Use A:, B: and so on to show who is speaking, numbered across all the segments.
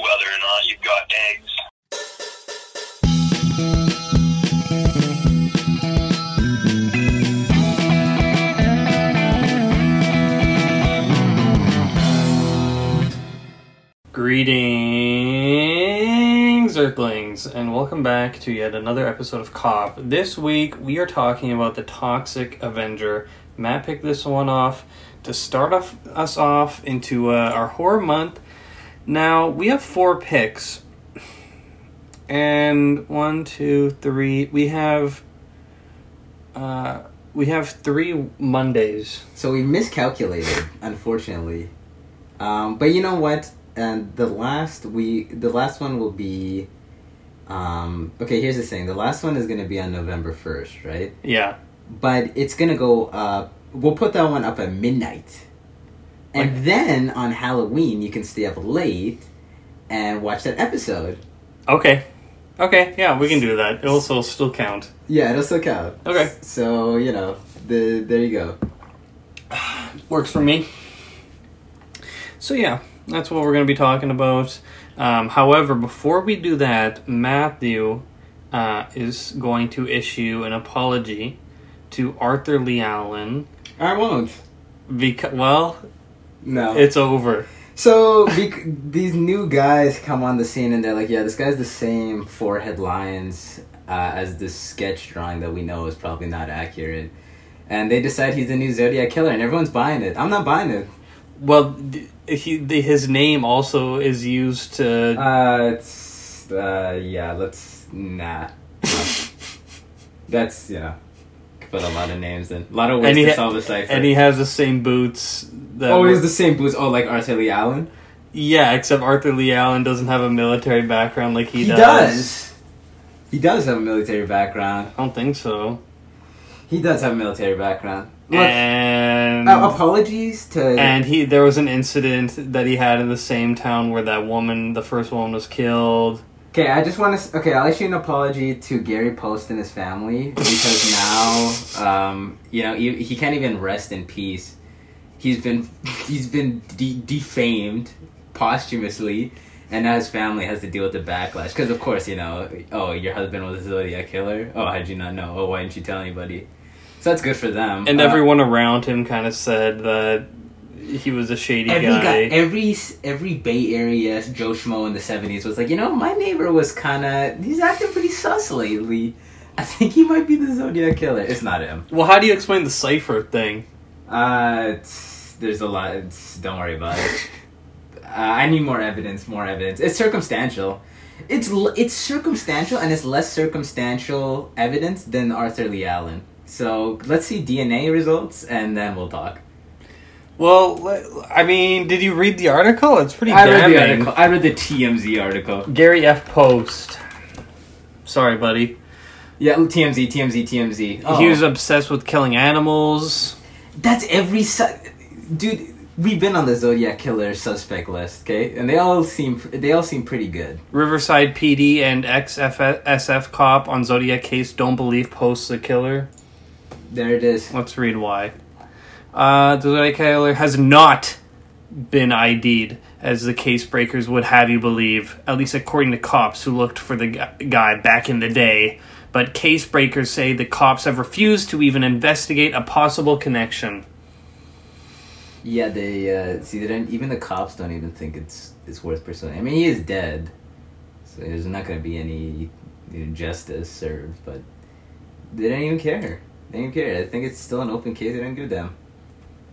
A: whether or not you've got eggs.
B: Greetings, Earthlings, and welcome back to yet another episode of Cop. This week we are talking about the Toxic Avenger. Matt picked this one off to start off, us off into uh, our horror month. Now we have four picks, and one, two, three. We have uh, we have three Mondays.
C: So we miscalculated, unfortunately. Um, but you know what? And the last we the last one will be um, okay, here's the thing. The last one is going to be on November 1st, right?
B: Yeah,
C: But it's going to go up we'll put that one up at midnight. And then on Halloween, you can stay up late and watch that episode.
B: Okay. Okay, yeah, we can do that. It'll still, still count.
C: Yeah, it'll still count.
B: Okay.
C: So, you know, the there you go.
B: Works for me. So, yeah, that's what we're going to be talking about. Um, however, before we do that, Matthew uh, is going to issue an apology to Arthur Lee Allen.
C: I won't.
B: Because, well,
C: No.
B: it's over.
C: So bec- these new guys come on the scene and they're like, yeah, this guy's the same forehead lines uh, as this sketch drawing that we know is probably not accurate. And they decide he's the new Zodiac killer, and everyone's buying it. I'm not buying it.
B: Well, th- he, th- his name also is used to.
C: Uh, it's uh, yeah, let's nah. That's you know, could put a lot of names in, a lot of ways
B: and, he
C: to
B: ha-
C: solve the cipher.
B: and he has the same boots. That
C: always
B: were-
C: Oh, the same boots. Oh, like Arthur Lee Allen.
B: Yeah, except Arthur Lee Allen doesn't have a military background like he,
C: He does. He does have a military background.
B: I don't think so.
C: He does have a military background. Look,
B: and
C: Uh, apologies to.
B: Mm. and he there was an incident that he had in the same town where that woman, the first woman, was killed.
C: okay, I just want to. Okay, I'll issue an apology to Gary Post and his family because now, um, you know, he, he can't even rest in peace. He's been he's been de- defamed posthumously, and now his family has to deal with the backlash. Because of course, you know, oh, your husband was a Zodiac killer. Oh, how'd you not know? Oh, why didn't you tell anybody? So that's good for them.
B: And
C: Uh,
B: everyone around him kind of said that he was a shady
C: every
B: guy.
C: guy, every every Bay Area Joe Schmo in the seventies was like, you know, my neighbor was kind of he's acting pretty sus lately. I think he might be the Zodiac killer. It's not him.
B: well, how do you explain the cipher thing?
C: Uh, it's, there's a lot. It's, don't worry about it. uh, I need more evidence. More evidence. It's circumstantial. It's l- it's circumstantial and it's less circumstantial evidence than Arthur Lee Allen. So let's see DNA results and then we'll talk.
B: Well, le- I mean, did you read the article? It's pretty
C: I read
B: damning.
C: the article. I read the TMZ article.
B: Gary F. Post. Sorry, buddy.
C: Yeah, TMZ, TMZ, TMZ. Oh.
B: He was obsessed with killing animals.
C: That's every su- dude. We've been on the Zodiac killer suspect list, okay? And they all seem they all seem pretty good.
B: Riverside PD and ex-SF cop on Zodiac case don't believe posts the killer.
C: There it is.
B: Let's read why. Uh, the Zodiac killer has not been ID'd, as the case breakers would have you believe, at least according to cops who looked for the gu- guy back in the day. But case breakers say the cops have refused to even investigate a possible connection.
C: Yeah, they uh, see. They don't, even the cops don't even think it's it's worth pursuing. I mean, he is dead, so there's not going to be any you know, justice served. But they don't even care. They don't care. I think it's still an open case. They don't give a damn.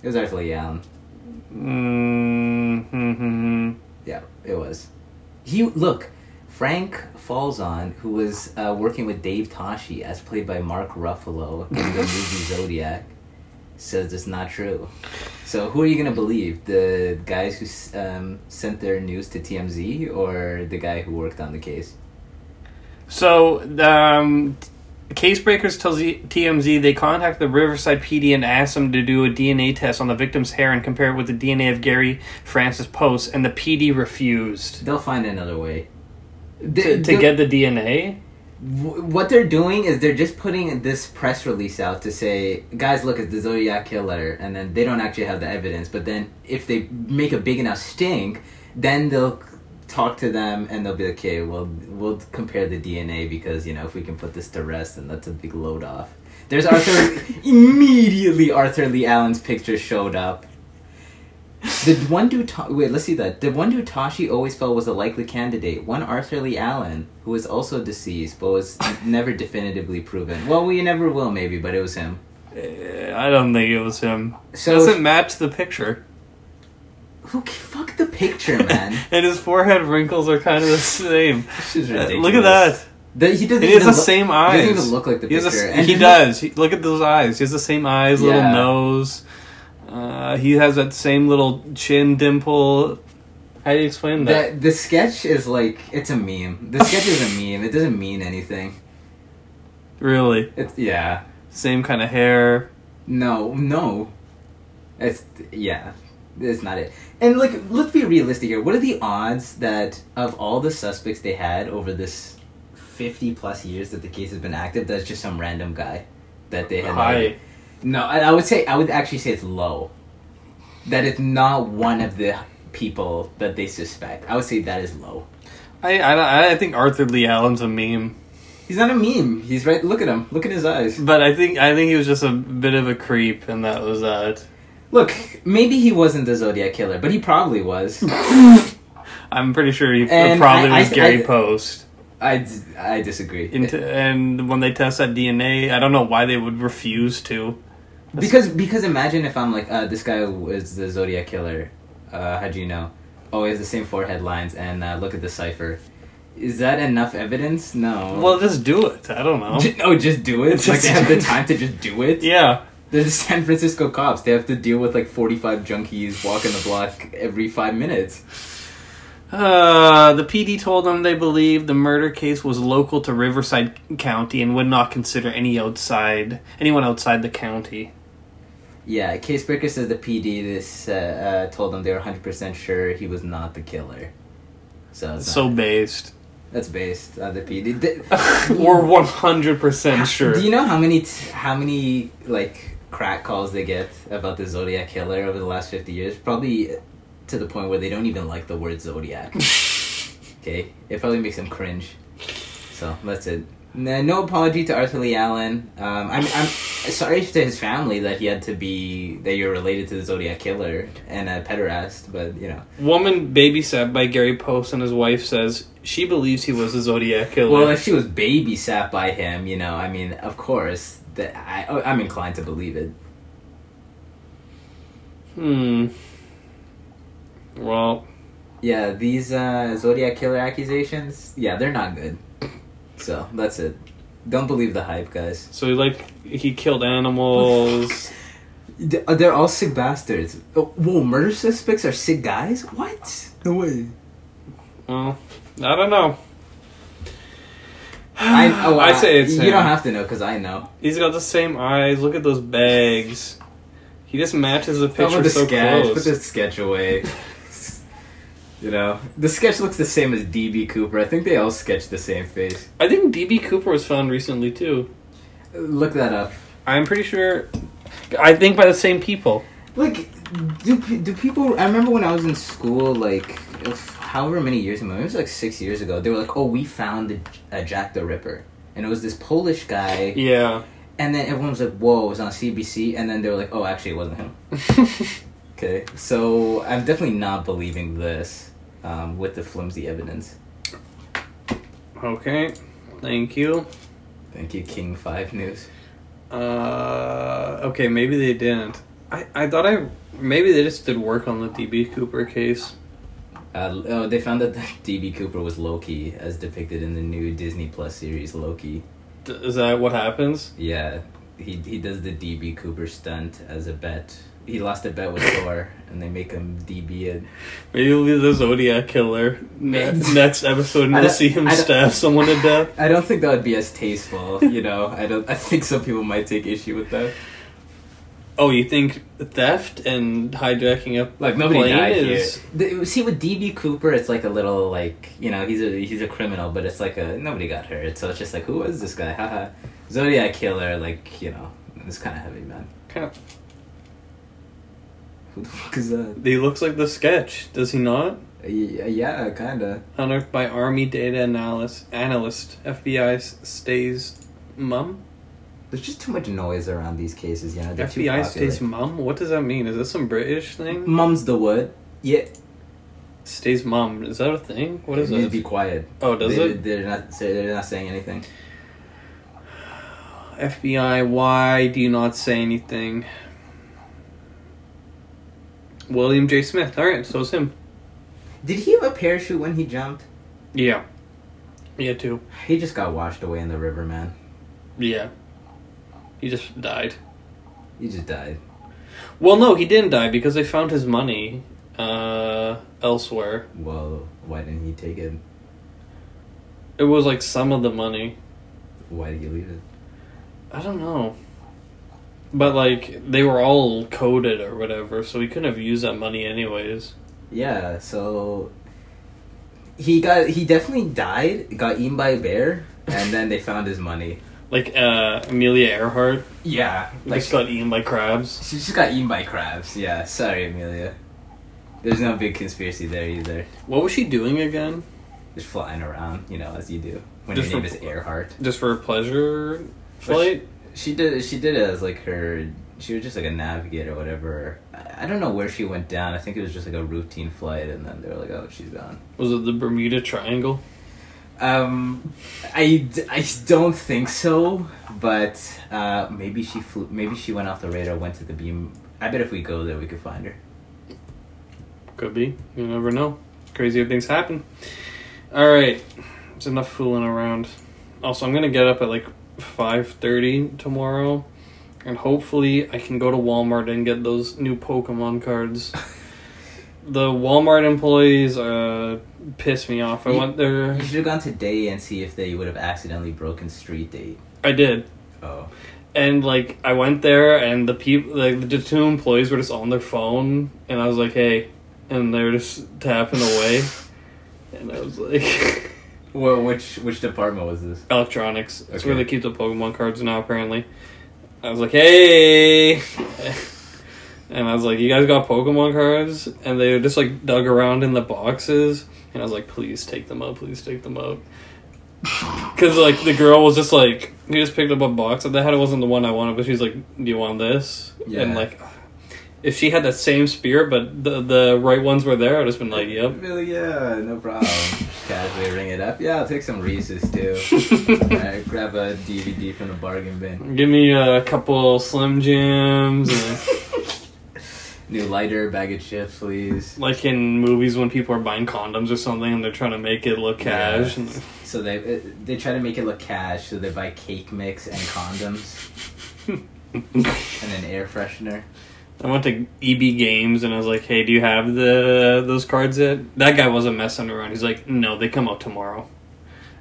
C: It was um, Arthur Lee Allen.
B: Mm-hmm.
C: Yeah, it was. He look, Frank Falzon, who was uh, working with Dave Toshi, as played by Mark Ruffalo in the movie Zodiac, says it's not true. So who are you gonna believe? The guys who s- um, sent their news to TMZ, or the guy who worked on the case?
B: So, um, Case Breakers tells the- TMZ they contacted the Riverside PD and asked them to do a DNA test on the victim's hair and compare it with the DNA of Gary Francis Post, and the PD refused
C: They'll find another way.
B: to,
C: They-
B: to
C: they-
B: get the DNA.
C: Wh- what they're doing is they're just putting this press release out to say, guys, look, it's the Zodiac killer, and then they don't actually have the evidence. But then if they make a big enough stink, then they'll talk to them and they'll be like, okay. We'll we'll compare the DNA because you know if we can put this to rest, then that's a big load off. There's Arthur. immediately, Arthur Lee Allen's picture showed up. Did one do ta- wait? Let's see that. Did one do Tashi always felt was a likely candidate? One Arthur Lee Allen, who was also deceased but was never definitively proven. Well, we never will, maybe, but it was him.
B: Uh, I don't think it was him.
C: So-
B: Doesn't match the picture.
C: Who ca- fuck the picture, man?
B: and his forehead wrinkles are kind of the same.
C: this is
B: Uh,
C: ridiculous.
B: look at that.
C: The- he doesn't
B: He
C: even
B: has the
C: look-
B: same
C: He
B: eyes.
C: doesn't even look like the
B: He, has
C: picture.
B: a,
C: And
B: he
C: doesn't-
B: does. He, look at those eyes. He has the same eyes, little
C: Yeah.
B: nose. Uh, he has that same little chin dimple. How do you explain that?
C: The, the sketch is like it's a meme. The sketch is a meme. It doesn't mean anything.
B: Really,
C: It's yeah.
B: same kind of hair.
C: No, no. It's yeah. It's not it. And like, let's be realistic here. What are the odds that of all the suspects they had over this fifty plus years that the case has been active, that's just some random guy that they had?
B: Hi.
C: like- No, and I would say I would actually say it's low. That it's not one of the people that they suspect. I would say that is low.
B: I, I I think Arthur Lee Allen's a meme,
C: He's not a meme. He's right. Look at him. Look at his eyes.
B: but I think I think he was just a bit of a creep, and that was that.
C: Look, maybe he wasn't the Zodiac killer, but he probably was.
B: I'm pretty sure he
C: And
B: probably
C: I-
B: was
C: I-
B: Gary
C: I-
B: Post.
C: I, d- I disagree.
B: Into, and when they test that DNA, I don't know why they would refuse to.
C: because because imagine if I'm like, uh, this guy was the Zodiac killer. Uh, how do you know? Oh, he has the same forehead lines, and uh, look at the cipher. Is that enough evidence? No.
B: Well, just do it. I don't know.
C: Ju- oh, just do it. like
B: Just
C: they have
B: do
C: the
B: it.
C: time to just do it.
B: Yeah.
C: They're the San Francisco cops. They have to deal with like forty-five junkies walking the block every five minutes.
B: Uh, the PD told them they believed the murder case was local to Riverside County and would not consider any outside anyone outside the county.
C: Yeah, Casebreaker says the PD this uh, uh, told them they were 100% sure he was not the killer. So, it's
B: So
C: not-
B: based,
C: that's based on the PD. Th-
B: we're one hundred percent sure.
C: Do you know how many t- how many like crack calls they get about the Zodiac killer over the last 50 years? Probably to the point where they don't even like the word Zodiac. okay? It probably makes them cringe. So, that's it. No, no apology to Arthur Lee Allen. Um, I'm, I'm sorry to his family that he had to be that you're related to the Zodiac killer and a pederast, but you know.
B: Woman babysat by Gary Post and his wife says she believes he was a Zodiac killer.
C: Well, if she was babysat by him, you know, I mean, of course, that I, oh, I'm inclined to believe it.
B: hmm. Well,
C: Yeah, these uh, Zodiac killer accusations, yeah, they're not good. So that's it. Don't believe the hype, guys.
B: so he like he killed animals.
C: D- uh, They're all sick bastards. Oh, whoa, murder suspects are sick guys? What? No way.
B: well, I don't know.
C: I, oh,
B: I say it's
C: You
B: him.
C: don't have to know because I know.
B: He's got the same eyes. Look at those bags. He just matches the
C: Put
B: picture
C: the
B: so
C: sketch.
B: close.
C: Put the sketch away. you know, the sketch looks the same as DB Cooper. I think they all sketch the same face.
B: I think DB Cooper was found recently too.
C: Uh, Look that up.
B: I'm pretty sure. I think by the same people.
C: Like, do pe- do people? I remember when I was in school, like, if- however many years ago, maybe it was like six years ago. They were like, "Oh, we found the, uh, Jack the Ripper," and it was this Polish guy.
B: Yeah.
C: And then everyone was like, "Whoa!" It was on CBC, and then they were like, "Oh, actually, it wasn't him." Okay, so I'm definitely not believing this um, with the flimsy evidence.
B: okay. Thank you.
C: Thank you, King Five News.
B: Uh, okay, maybe they didn't. I, I thought I maybe they just did work on the DB Cooper case.
C: Uh, oh, they found that DB Cooper was Loki, as depicted in the new Disney Plus series Loki.
B: D- is that what happens?
C: Yeah, he he does the DB Cooper stunt as a bet. He lost a bet with Thor, and they make him DB it.
B: Maybe he'll be the Zodiac killer ne-
C: Maybe.
B: next episode, and
C: I
B: we'll
C: don't-
B: see him
C: I don't-
B: stab someone to death.
C: I don't think that would be as tasteful, you know. I don't. I think some people might take issue with that.
B: Oh, you think theft and hijacking up
C: Like nobody
B: plane
C: died
B: is
C: here. The, see, with DB Cooper, it's like a little like you know he's a he's a criminal, but it's like a nobody got hurt, so it's just like who was this guy? Haha, Zodiac killer. Like you know, it's kind of heavy, man.
B: kind of?
C: Who the fuck is that?
B: He looks like the sketch, does he not?
C: Y- Yeah, kinda.
B: Unearthed by Army data analyst, analyst FBI stays mum.
C: There's just too much noise around these cases. You know, they're too
B: FBI
C: popular.
B: stays mum. What does that mean? Is this some British thing?
C: Mum's the word. Yeah,
B: Stays mum. Is that a thing? What is
C: you need to
B: it?
C: be quiet.
B: oh, does
C: they,
B: it?
C: They're not. say- They're not saying anything.
B: FBI, why do you not say anything? William J. Smith. All right, so it's him.
C: Did he have a parachute when he jumped?
B: Yeah. Yeah, too.
C: He just got washed away in the river, man.
B: Yeah. He just died.
C: He just died.
B: Well, no, he didn't die because they found his money uh, elsewhere.
C: Well, why didn't he take it?
B: It was like some of the money.
C: Why did he leave it?
B: I don't know. But like they were all coded or whatever, so he couldn't have used that money anyways.
C: Yeah, so he got he definitely died, got eaten by a bear, and then they found his money.
B: Like uh Amelia Earhart
C: Yeah, like
B: just got eaten by crabs.
C: she just got eaten by crabs. Yeah, sorry, Amelia. There's no big conspiracy there either.
B: What was she doing again?
C: Just flying around, you know, as you do when
B: Just
C: your name
B: for-
C: is Earhart.
B: Just for a pleasure flight?
C: She did. She did it as like her. She was just like a navigator, or whatever. I I don't know where she went down. I think it was just like a routine flight, and then they were like, "Oh, she's gone."
B: Was it the Bermuda Triangle?
C: Um, I, d- I don't think so, but uh, maybe she flew. Maybe she went off the radar, went to the beam. I bet if we go there, we could find her.
B: Could be. You never know. Crazier things happen. All right, it's enough fooling around. Also, I'm gonna get up at like five thirty tomorrow, and hopefully I can go to Walmart and get those new Pokemon cards. the Walmart employees uh piss me off. I
C: You-
B: went there.
C: You should have gone today and see if they would have accidentally broken street date.
B: I did.
C: Oh,
B: And like I went there, and the people, like the two employees, were just on their phone, and I was like, "Hey," and they were just tapping away, and I was like,
C: well, which which department was this?
B: electronics. That's where
C: Okay.
B: they keep the Pokemon cards now, apparently. I was like, hey! and I was like, you guys got Pokemon cards? And they just like dug around in the boxes. And I was like, please take them out, please take them out. Because like the girl was just like, he just picked up a box that they had. It wasn't the one I wanted, but she's like, do you want this? And
C: Yeah.
B: like, if she had that same spirit, but the the right ones were there, I'd just been like, yep.
C: Really? Yeah, no problem. Casually ring it up. Yeah, I'll take some Reese's too. Alright, grab a DVD from the bargain bin.
B: Give me a couple Slim Jims and.
C: New lighter, bag of chips, please.
B: like in movies when people are buying condoms or something and they're trying to make it look
C: Yeah.
B: cash. And
C: So they it- they try to make it look cash, so they buy cake mix and condoms, and an air freshener.
B: I went to EB Games and I was like, "Hey, do you have the those cards yet?" That guy wasn't messing around. He's like, "No, they come out tomorrow."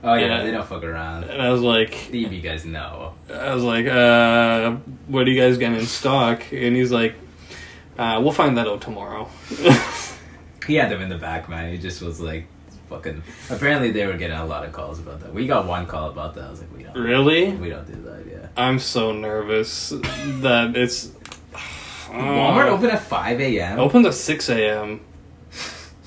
C: Oh yeah,
B: Yeah.
C: they don't fuck around.
B: And I was like,
C: The EB guys know.
B: "I was like, uh, what do you guys got in stock?" And he's like, uh, "We'll find that out tomorrow."
C: He had them in the back, man. He just was like, fucking. Apparently, they were getting a lot of calls about that. We got one call about that. I was like, we don't.
B: really?
C: We don't do that. Yeah.
B: I'm so nervous that it's Uh,
C: Walmart open at five a.m.
B: opens at six a.m.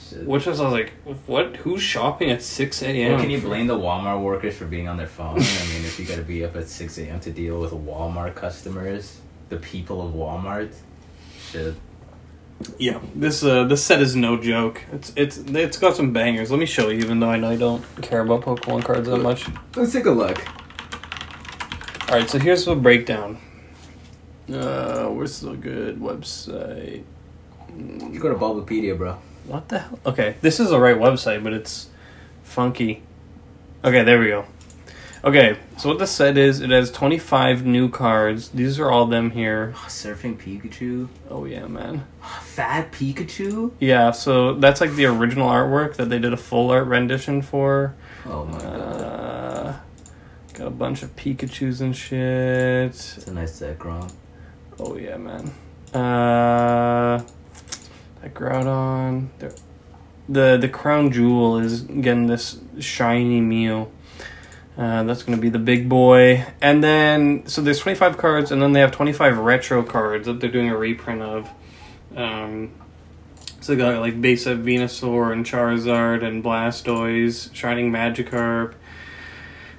C: Shit.
B: Which was I was like, what? Who's shopping at six a.m.?
C: Well, can you blame the Walmart workers for being on their phone? I mean, if you got to be up at six a.m. to deal with Walmart customers, the people of Walmart, shit.
B: Yeah, this uh, this set is no joke. It's it's it's got some bangers. Let me show you, even though I know you don't care about Pokemon cards that much.
C: Let's take a look.
B: All right, so here's the breakdown. Uh, where's the good website?
C: You go to Bulbapedia, bro.
B: What the hell? Okay, this is the right website, but it's funky. Okay, there we go. Okay, so what this set is, it has 25 new cards. These are all them here.
C: Oh, surfing Pikachu.
B: Oh yeah, man.
C: Fat Pikachu.
B: Yeah, so that's like the original artwork that they did a full art rendition for.
C: Oh my god.
B: Uh, got a bunch of Pikachu's and shit.
C: It's a nice set, Grom.
B: Oh yeah, man. Uh, that Groudon. The, the the crown jewel is getting this shiny Mew. Uh, that's gonna be the big boy, and then so there's 25 cards, and then they have 25 retro cards that they're doing a reprint of. Um, So they got like base of Venusaur and Charizard and Blastoise, Shining Magikarp,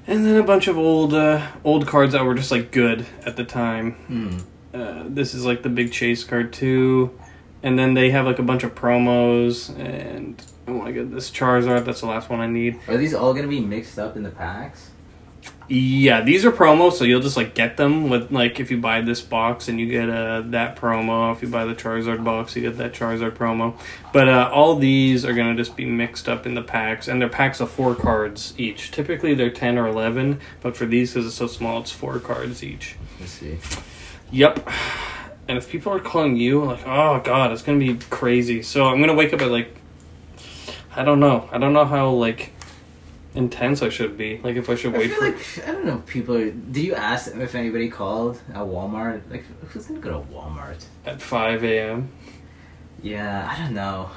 B: and then a bunch of old uh, old cards that were just like good at the time.
C: Hmm.
B: Uh, this is like the big chase card too, and then they have like a bunch of promos and I want to get this Charizard. That's the last one I need.
C: Are these all gonna be mixed up in the packs?
B: Yeah, these are promos, so you'll just like get them with like if you buy this box and you get uh, that promo. If you buy the Charizard box, you get that Charizard promo. But uh, all these are gonna just be mixed up in the packs, and they're packs of four cards each. Typically they're ten or eleven, but for these because it's so small, it's four cards each.
C: Let's see.
B: Yep. And if people are calling you, like, oh god, it's gonna be crazy. So I'm gonna wake up at like, I don't know. I don't know how like intense I should be. Like if I should
C: I
B: wait
C: feel
B: for.
C: like I don't know. if People, are, did you ask them if anybody called at Walmart? Like, who's gonna go to Walmart?
B: at 5 a.m.
C: Yeah, I don't know.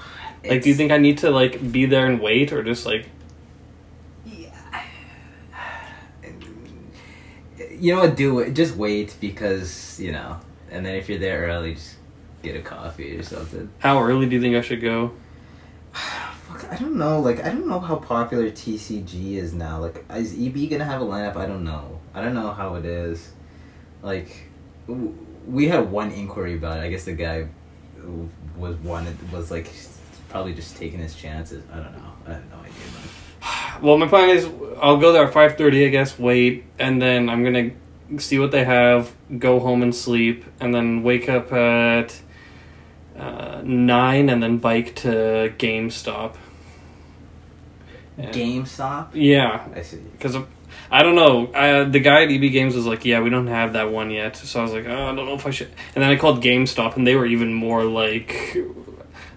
B: Like, do you
C: It's-
B: think I need to like be there and wait, or just like
C: you know what? Do it. Just wait because you know. And then if you're there early, just get a coffee or something.
B: how early do you think I should go?
C: Fuck, I don't know. Like, I don't know how popular TCG is now. Like, is EB gonna have a lineup? I don't know. I don't know how it is. Like, w- we had one inquiry about it. I guess the guy w- was one was like probably just taking his chances. I don't know. I have no idea. Man.
B: Well, my plan is I'll go there at 5:30, I guess. Wait, and then I'm gonna see what they have, go home and sleep, and then wake up at uh, nine, and then bike to GameStop. And-
C: GameStop.
B: Yeah,
C: I see.
B: because I don't know. I, the guy at EB Games was like, "Yeah, we don't have that one yet." So I was like, "Oh, I don't know if I should." And then I called GameStop, and they were even more like,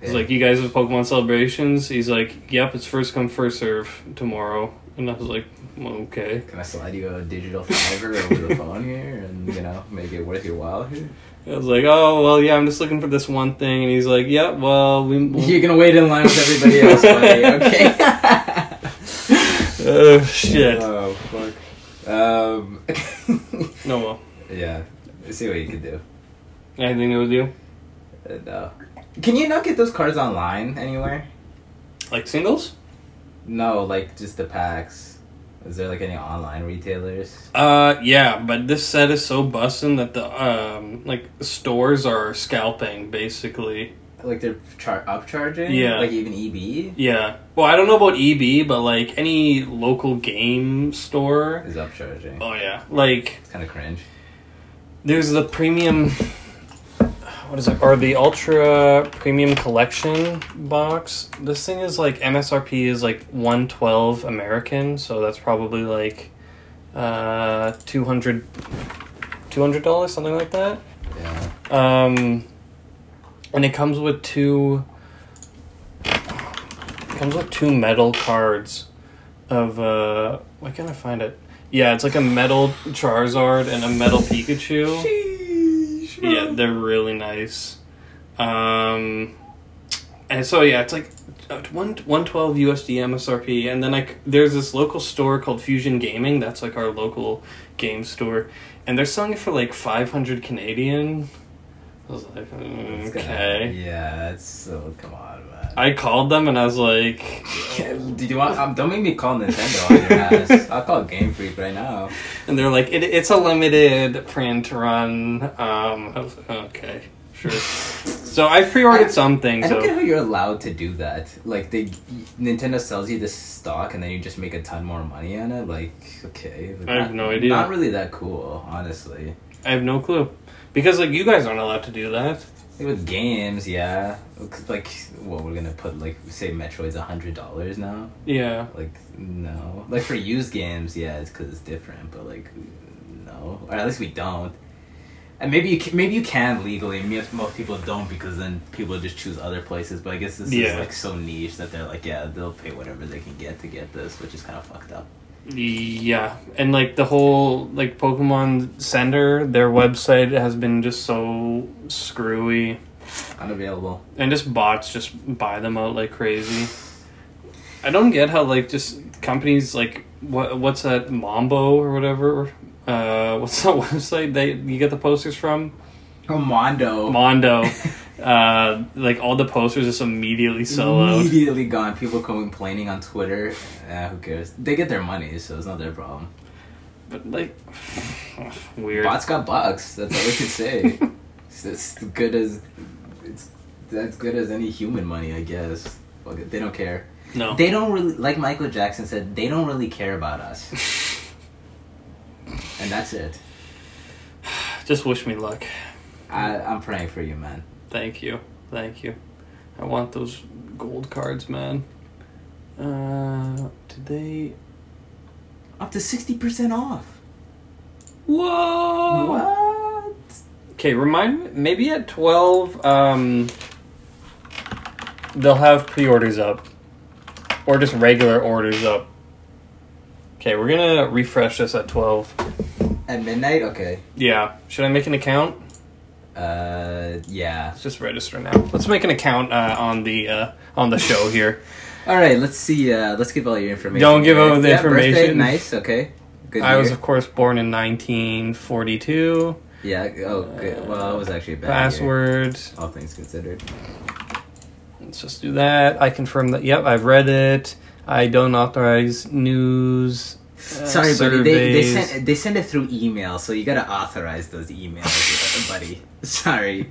B: "It's
C: Yeah.
B: like you guys have Pokemon celebrations." He's like, "Yep, it's first come first serve tomorrow," and I was like, well, "Okay."
C: Can I slide you a digital fiver over the phone here, and you know, make it worth your while here?
B: I was like, "Oh, well, yeah, I'm just looking for this one thing," and he's like, "Yep, well, we." we'll-
C: You're gonna wait in line with everybody else, buddy. Okay.
B: oh shit!
C: Oh fuck. Um.
B: No, well,
C: yeah. See what you can do.
B: anything to do?
C: Uh, no. Can you not get those cards online anywhere?
B: Like singles?
C: No, like just the packs. Is there like any online retailers?
B: Uh, yeah, but this set is so bussin' that the um like stores are scalping basically.
C: Like they're char- upcharging?
B: Yeah.
C: Like even E EB
B: Yeah. Well, I don't know about EB, but like any local game store.
C: is upcharging.
B: Oh yeah. Like
C: It's kind of cringe.
B: there's the premium what is it? Or the ultra premium collection box. This thing is like MSRP is like 112 American, so that's probably like uh 200 $200 something like that.
C: Yeah.
B: Um, and it comes with two. It comes with two metal cards, of uh, why can't I find it? Yeah, it's like a metal Charizard and a metal Pikachu. Yeah, they're really nice. Um, and so yeah, it's like uh, one one twelve USD MSRP, and then like there's this local store called Fusion Gaming. That's like our local game store, and they're selling it for like five hundred Canadian. I was like, mm,
C: It's kinda-
B: okay.
C: yeah, it's so. Come on, man.
B: I called them and I was like,
C: Did you want? Um, don't make me call Nintendo on your ass. I'll call Game Freak right now.
B: and they're like, it, it's a limited print run. Um, I was like, okay, sure. so I've pre-ordered some things.
C: I don't
B: though.
C: get how you're allowed to do that. Like they, Nintendo sells you this stock, and then you just make a ton more money on it. Like, okay,
B: I have
C: Not-
B: no idea.
C: Not really that cool, honestly.
B: I have no clue, because like you guys aren't allowed to do that.
C: Like, with games, yeah. Like, what we're gonna put like say Metroid's a hundred dollars now.
B: Yeah.
C: Like, no. Like for used games, yeah, it's because it's different. But like, no, or at least we don't. And maybe you can, maybe you can legally. and Most most people don't because then people just choose other places. But I guess this
B: Yeah.
C: is like so niche that they're like, yeah, they'll pay whatever they can get to get this, which is kind of fucked up.
B: Yeah, and like the whole like Pokemon Center, their website has been just so screwy,
C: Unavailable.
B: and just bots just buy them out like crazy. I don't get how like just companies like what what's that Mambo or whatever, uh, what's that website that you get the posters from?
C: Oh, Mondo.
B: Mondo.
D: Uh, like all the posters just immediately sell out.
C: Immediately gone. People complaining on Twitter. Uh, who cares? They get their money, so it's not their problem.
D: But like, weird.
C: Bots got bucks. That's all we could say. it's as good as it's as good as any human money, I guess. Fuck it, They don't care.
D: No.
C: They don't really like Michael Jackson said. They don't really care about us, and that's it.
D: Just wish me luck.
C: I, I'm praying for you, man.
D: Thank you. Thank you. I want those gold cards, man. Uh, did they?
C: Up to sixty percent off.
D: Whoa!
C: What?
B: Okay, remind me. Maybe at twelve, um, they'll have pre-orders up, or just regular orders up. Okay, we're gonna refresh this at twelve.
C: At midnight? Okay.
B: Yeah, should I make an account?
C: Uh, yeah.
B: Let's just register now. Let's make an account uh, on the uh, on the show here.
C: All right. Let's see. Uh, let's give all your information.
B: Don't give
C: right?
B: out the
C: Yeah, birthday,
B: information.
C: nice. Okay. Good.
B: I was,
C: year.
B: of course, born in 1942.
C: Yeah. Oh,
B: Uh,
C: good. Well, it was actually a bad. year,
B: Password.
C: all things considered.
B: Let's just do that. I confirm that. Yep, I've read it. I don't authorize news. uh,
C: Sorry, buddy. They, they
B: surveys.
C: sent they send it through email, so you gotta authorize those emails, buddy. Sorry.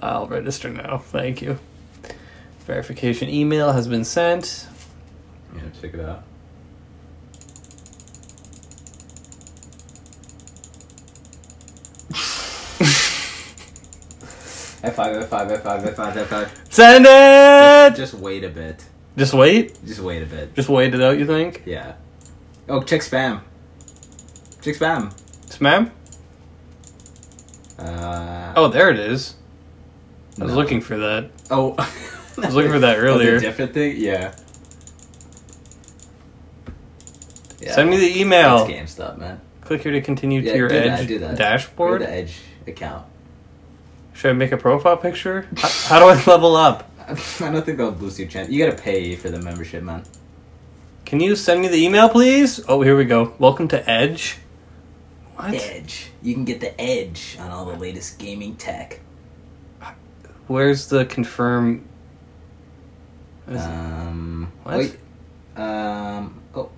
B: I'll register now. Thank you. Verification email has been sent.
C: Yeah, check it out. F five, F five, F five, F five, F five.
B: Send
C: Just,
B: it.
C: just wait a bit.
B: Just wait.
C: Just wait a bit.
B: Just wait it out. You think?
C: Yeah. Oh, check spam. Check spam.
B: Spam?
C: Uh,
B: Oh, there it is. I was
C: No.
B: looking for that.
C: Oh.
B: I was looking for that
C: That's
B: earlier.
C: a different thing? Yeah. yeah.
B: Send me the email.
C: That's GameStop, man.
B: Click here to continue
C: Yeah,
B: to your
C: do that,
B: Edge
C: do that. Or
B: dashboard.
C: the Edge account.
B: Should I make a profile picture? H- How do I level up?
C: I don't think they'll boost your chance. You gotta pay for the membership, man.
B: Can you send me the email, please? Oh, here we go. Welcome to Edge. What?
C: Edge. You can get the Edge on all the latest gaming tech.
B: Where's the confirm? Is-
C: Um.
B: What?
C: Wait. Um. Oh.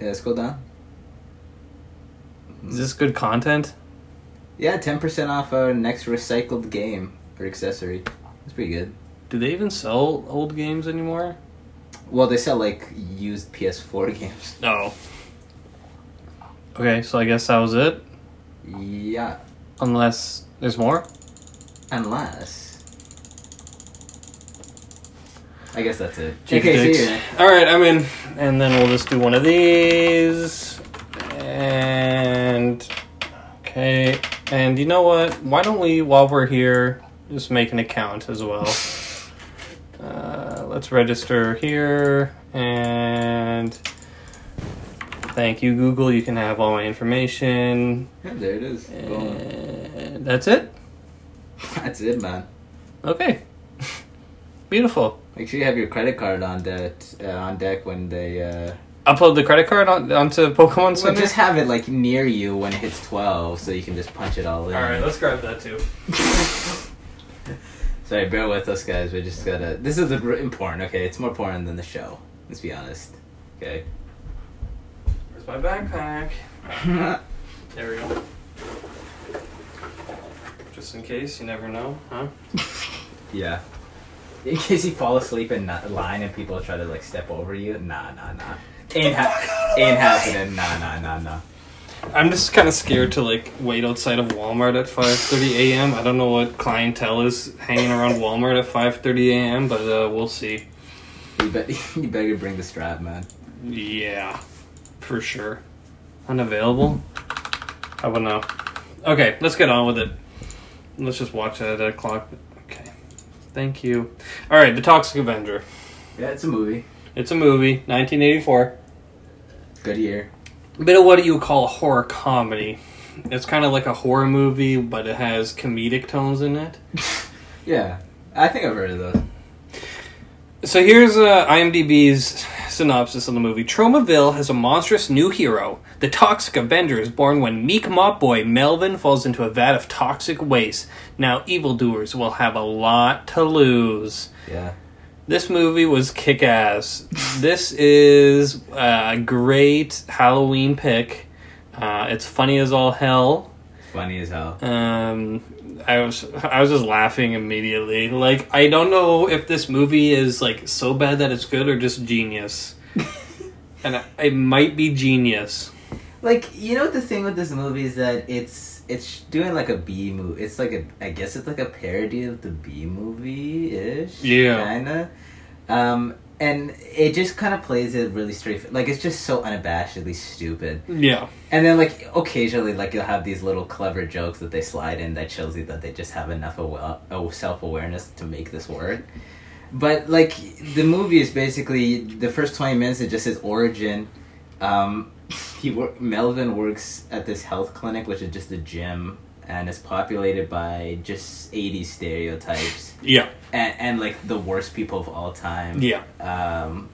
C: Yeah, scroll down.
B: Is this good content?
C: Yeah, ten percent off our next recycled game or accessory. That's pretty good.
B: Do they even sell old games anymore?
C: Well, they sell like used PS4 games.
B: No. Okay, so I guess that was it.
C: Yeah,
B: Unless there's more.
C: unless. I guess that's it.
B: Cheap dicks. All right, I'm in, and then we'll just do one of these, and okay, and you know what? Why don't we, while we're here, just make an account as well. Uh, let's register here, and thank you, Google. You can have all my information.
C: Yeah, there it is. Boom.
B: And that's it.
C: That's it, man.
B: Okay, beautiful.
C: Make sure you have your credit card on that uh, on deck when they. Uh,
B: Upload the credit card on, onto Pokemon
C: well,
B: Center.
C: just have it like near you when it hits twelve, so you can just punch it all in.
B: all right, let's grab that too.
C: Sorry, bear with us, guys. We just gotta. This is r- important. Okay, it's more important than the show. Let's be honest. Okay.
B: Where's my backpack? There we go. Just in case, you never know, huh?
C: Yeah. In case you fall asleep in not- line and people try to like step over you, nah, nah, nah. Ain't, ha- ain't happening. Nah, nah, nah, nah.
B: I'm just kind of scared to like wait outside of Walmart at 5:30 a.m. I don't know what clientele is hanging around Walmart at 5:30 a.m., but uh, we'll see.
C: You, bet- you better bring the strap, man.
B: Yeah, for sure. Unavailable. I would know. Okay, let's get on with it. Let's just watch that uh, clock. Okay. Thank you. All right, The Toxic Avenger.
C: Yeah, it's a movie.
B: It's a movie, 1984.
C: Good year.
B: bit of what you would call a horror comedy. It's kind of like a horror movie, but it has comedic tones in it.
C: Yeah, I think I've heard of those.
B: So here's uh, IMDb's synopsis of the movie Tromaville has a monstrous new hero. The Toxic Avenger is born when meek mop boy Melvin falls into a vat of toxic waste. Now, evildoers will have a lot to lose.
C: Yeah.
B: This movie was kick ass. this is a great Halloween pick. Uh, it's funny as all hell.
C: Funny as hell.
B: Um, I was I was just laughing immediately. Like I don't know if this movie is like so bad that it's good or just genius. and I, it might be genius.
C: Like you know what the thing with this movie is that it's it's doing like a B movie. It's like a I guess it's like a parody of the B movie ish.
B: Yeah.
C: Kinda. Um, and it just kind of plays it really straight. Like it's just so unabashedly stupid.
B: Yeah,
C: And then like occasionally like you'll have these little clever jokes that they slide in that shows you that they just have enough awa- oh, self-awareness to make this work. But like the movie is basically the first 20 minutes it just his origin. Um he wor- Melvin works at this health clinic which is just a gym and it's populated by just 80 stereotypes
B: yeah,
C: and, and like the worst people of all time.
B: yeah.
C: Um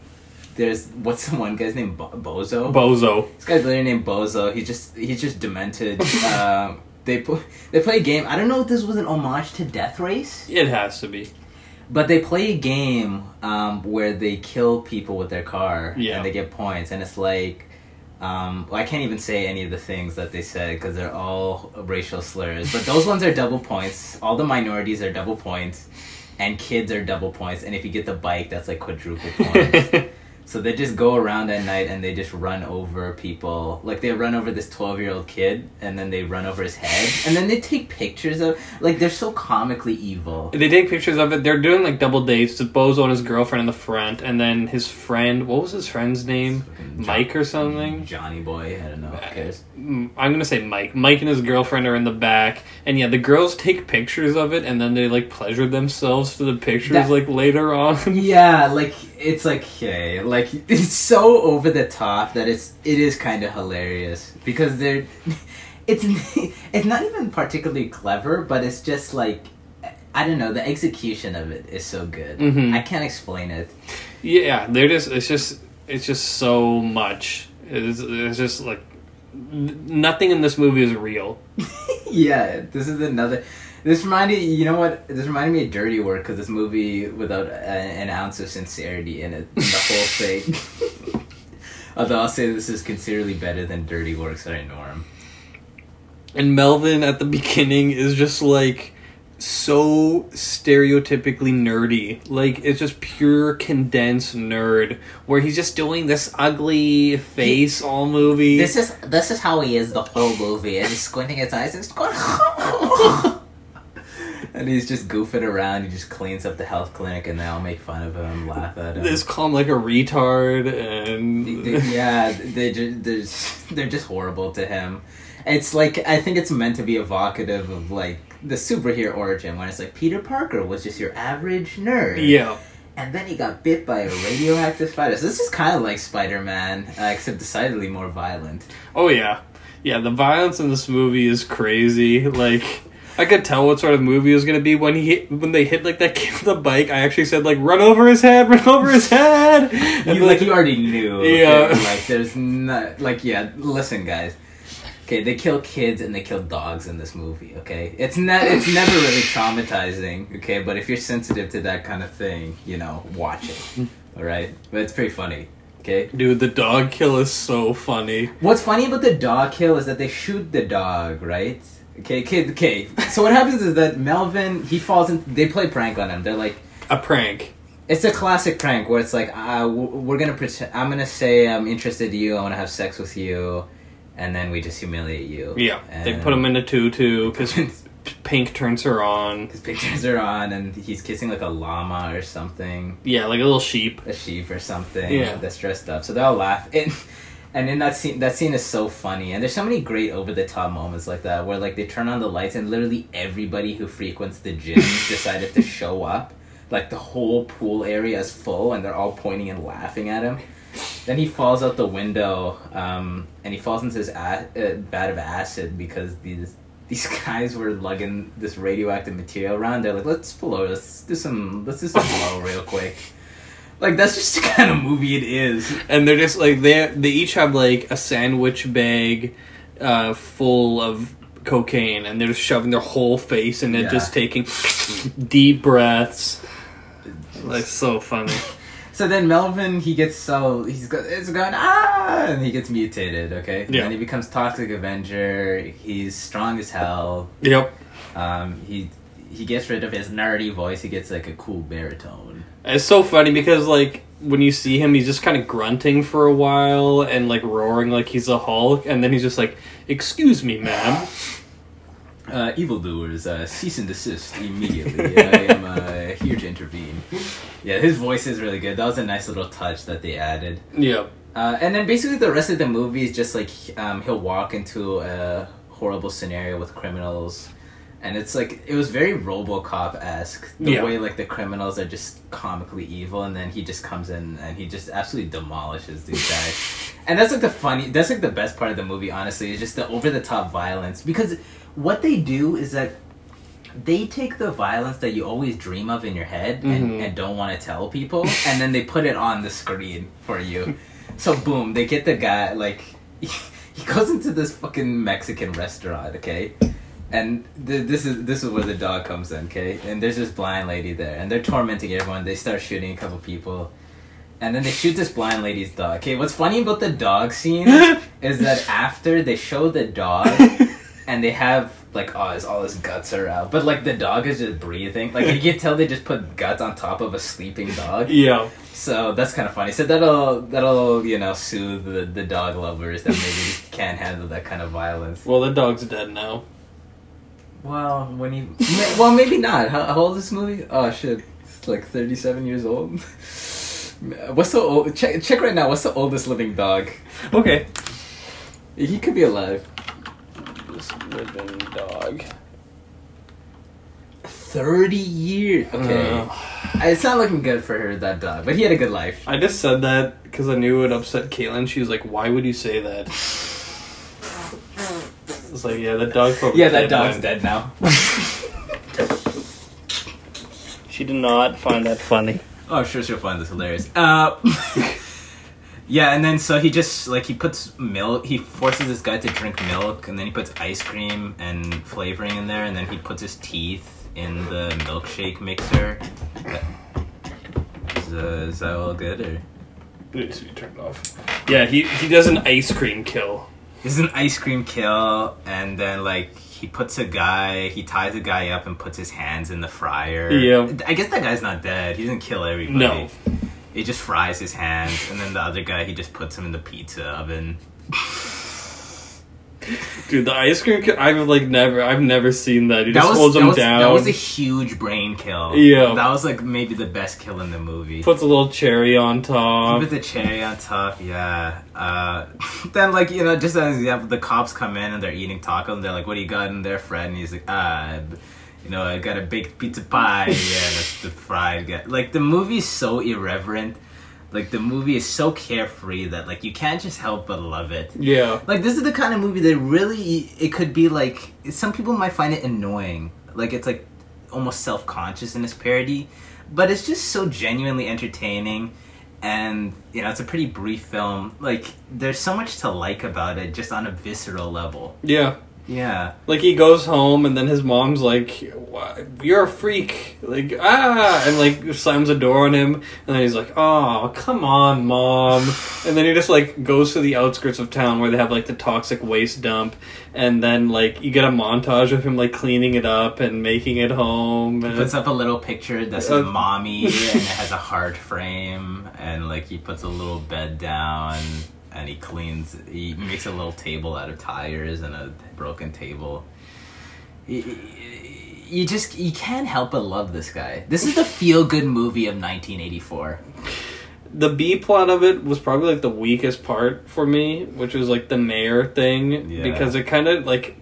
C: there's what's the one guy's name Bo- Bozo?
B: Bozo.
C: This guy's literally named Bozo. He's just he's just demented. um, they pu- they play a game. I don't know if this was an homage to Death Race,
B: It has to be.
C: but they play a game um, where they kill people with their car
B: Yeah.
C: and they get points. And it's like um, well, I can't even say any of the things that they said because they're all racial slurs. But those ones are double points. All the minorities are double points, and kids are double points. And if you get the bike, that's like quadruple points. So they just go around at night and they just run over people. Like they run over this twelve year old kid and then they run over his head and then they take pictures of like they're so comically evil.
B: they take pictures of it. They're doing like double dates. It's Bozo and his girlfriend in the front, and then his friend. What was his friend's name? Mike or something.
C: Johnny boy, I don't know, who cares?
B: Mm, I'm gonna say Mike. Mike and his girlfriend are in the back, and yeah, the girls take pictures of it, and then they like pleasure themselves to the pictures
C: That-
B: like later on.
C: Yeah, like it's like hey, like it's so over the top that it's it is kind of hilarious because they're it's it's not even particularly clever, but it's just like I don't know, the execution of it is so good.
B: Mhm.
C: I can't explain it.
B: yeah, they're just it's just it's just so much. It's, it's just like n- nothing in this movie is real.
C: yeah, this is another. This reminded you know what? This reminded me of Dirty Work because this movie without a, an ounce of sincerity in it, the whole thing. Although I'll say this is considerably better than Dirty Work. Sorry, Norm.
B: And Melvin at the beginning is just like so stereotypically nerdy. Like it's just pure condensed nerd where he's just doing this ugly face all movie.
C: This is this is how he is the whole movie. And he's squinting his eyes and squint. And he's just goofing around. He just cleans up the health clinic, and they all make fun of him, laugh at him.
B: they just call him like a retard
C: They-
B: and
C: they- yeah, they ju- they're just, they're just horrible to him. It's like I think it's meant to be evocative of like the superhero origin when it's like Peter Parker was just your average nerd,
B: yeah
C: and then he got bit by a radioactive spider. So this is kind of like Spider Man, uh, except decidedly more violent.
B: oh yeah yeah the violence in this movie is crazy like i could tell what sort of movie it was gonna be when he when they hit like that kid with the bike i actually said like run over his head run over his head and
C: You, like
B: then-
C: you already knew,
B: Yeah.
C: okay, Like there's not like yeah. Listen, guys. Okay, they kill kids and they kill dogs in this movie. Okay, it's not. It's never really traumatizing. Okay, but if you're sensitive to that kind of thing, you know, watch it. All right, but it's pretty funny. Okay,
B: dude the dog kill is so funny
C: what's funny about the dog kill is that they shoot the dog, right? Okay, kid. Okay, so what happens is that Melvin he falls in. They play prank on him. They're like,
B: a prank
C: it's a classic prank where it's like, uh, w- we're gonna pretend. I'm gonna say I'm interested in you. I want to have sex with you, and then we just humiliate you.
B: yeah
C: And
B: they put him in a tutu because pink turns her on
C: His pictures are on, and he's kissing like a llama or something,
B: yeah like a little sheep
C: a sheep or something.
B: Yeah.
C: that's dressed up. So they all laugh. And, and in that scene, that scene is so funny. And there's so many great over the top moments like that where like they turn on the lights, and literally everybody who frequents the gym decided to show up. Like the whole pool area is full, and they're all pointing and laughing at him. Then he falls out the window, um, and he falls into his a- uh, vat of acid because these these guys were lugging this radioactive material around. They're like, "Let's blow. Let's do some. Let's do some blow real quick." Like that's just the kind of movie it is.
B: and they're just like they they each have like a sandwich bag uh, full of cocaine and they're just shoving their whole face in it
C: Yeah.
B: just taking deep breaths like so funny
C: So then Melvin, he gets so he's go, it's going ah, and he gets mutated. Okay,
B: Yeah.
C: and he becomes Toxic Avenger. He's strong as hell.
B: yep
C: Um, he he gets rid of his nerdy voice. He gets like a cool baritone.
B: it's so funny because like when you see him he's just kind of grunting for a while and like roaring like he's a hulk and then he's just like excuse me ma'am
C: Uh, evildoers, uh, cease and desist immediately. I am uh, here to intervene. Yeah, his voice is really good. That was a nice little touch that they added.
B: yep
C: Uh, and then basically the rest of the movie is just like um, he'll walk into a horrible scenario with criminals, and it's like it was very RoboCop esque the
B: Yeah.
C: way like the criminals are just comically evil, and then he just comes in and he just absolutely demolishes these guys. and that's like the funny, that's like the best part of the movie. Honestly, is just the over the top violence because what they do is that they take the violence that you always dream of in your head and,
B: Mhm.
C: and don't want to tell people and then they put it on the screen for you so boom they get the guy like he goes into this fucking mexican restaurant okay and th- this is this is where the dog comes in okay and there's this blind lady there and they're tormenting everyone they start shooting a couple people and then they shoot this blind lady's dog okay what's funny about the dog scene is that after they show the dog and they have like all his all his guts are out, but like the dog is just breathing. Like you can tell they just put guts on top of a sleeping dog.
B: yeah
C: So that's kind of funny. So that'll that'll you know soothe the, the dog lovers that maybe can't handle that kind of violence.
B: well the dog's dead now
C: Well, when you ma- well maybe not. How, how old is this movie? Oh shit, it's like thirty seven years old. What's the old check check right now? What's the oldest living dog?
B: okay
C: He could be alive.
B: this living dog
C: Thirty years. Okay.
B: Uh.
C: It's not looking good for her, that dog, but he had a good life.
B: I just said that because I knew it would upset Caitlin. She was like, "Why would you say that?" It's like, yeah, that dog. probably
C: Yeah, that
B: did
C: dog's
B: win.
C: dead now.
D: She did not find that funny.
C: Oh, I'm sure she'll find this hilarious. Uh, yeah, and then so he just, like, he puts milk, he forces this guy to drink milk, and then he puts ice cream and flavoring in there, and then he puts his teeth in the milkshake mixer. Is, uh, is that all good, or?
B: It needs to be turned off. Yeah, he he does an ice cream kill.
C: This is an ice cream kill, and then like he puts a guy, he ties a guy up and puts his hands in the fryer.
B: Yeah.
C: I guess that guy's not dead. He doesn't kill everybody.
B: No.
C: He just fries his hands, and then the other guy, he just puts him in the pizza oven.
B: Dude, the ice cream kill. I've like never, I've never seen that. He
C: That
B: just
C: was,
B: holds
C: that,
B: him
C: was,
B: down.
C: that was a huge brain kill.
B: Yeah.
C: That was like maybe the best kill in the movie.
B: Puts a little cherry on top.
C: With the cherry on top, yeah. Uh, then, like, you know, just as an example, the cops come in and they're eating tacos and they're like, what do you got in there, Fred? And he's like, ah, b- you know, I got a baked pizza pie. Yeah, that's the fried guy. Like, the movie's so irreverent. Like, the movie is so carefree that, like, you can't just help but love it.
B: Yeah,
C: Like, this is the kind of movie that really, it could be like, some people might find it annoying. Like, it's like almost self conscious in its parody, but it's just so genuinely entertaining. And, you know, it's a pretty brief film. Like, there's so much to like about it just on a visceral level.
B: yeah.
C: Yeah.
B: Like he goes home, and then his mom's like, "Why- "You're a freak!" Like ah, and like slams the door on him, and then he's like, "Oh, come on, mom!" And then he just like goes to the outskirts of town where they have like the toxic waste dump, and then like you get a montage of him like cleaning it up and making it home. And
C: Puts up a little picture that says
B: Uh,
C: mommy and it has a heart frame. And, like, he puts a little bed down and he cleans, he makes a little table out of tires and a broken table. Y- y- You just, you can't help but love this guy. This is the feel good movie of 1984.
B: the B plot of it was probably like the weakest part for me, which was like the mayor thing
C: Yeah.
B: because it kind of like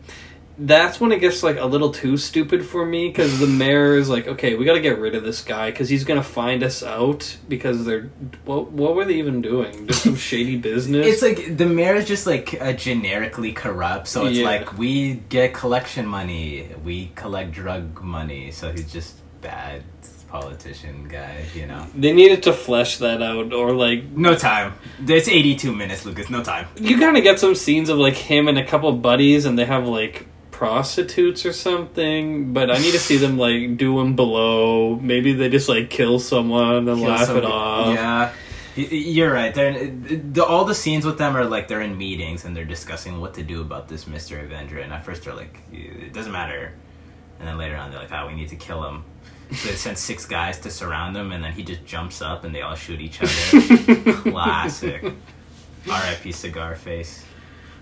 B: that's when it gets like a little too stupid for me because the mayor is like, okay, we got to get rid of this guy because he's gonna find us out because they're what what were they even doing? Just some shady business.
C: It's like the mayor is just like uh, generically corrupt, so it's
B: Yeah.
C: like we get collection money, we collect drug money, so he's just bad politician guy, you know.
B: They needed to flesh that out, or like
C: No time. It's 82 minutes, Lucas. No time.
B: you kind of get some scenes of like him and a couple buddies, and they have like prostitutes or something. But I need to see them like do him below. Maybe they just like kill someone and
C: Kill
B: laugh it
C: somebody-
B: off.
C: Yeah. Y- y- You're right. They're in, the, all the scenes with them are like they're in meetings and they're discussing what to do about this Mister Avenger. And at first they're like, it doesn't matter. And then later on they're like, oh, we need to kill him. So they send six guys to surround him, and then he just jumps up and they all shoot each other. Classic. R.I.P. Cigar Face.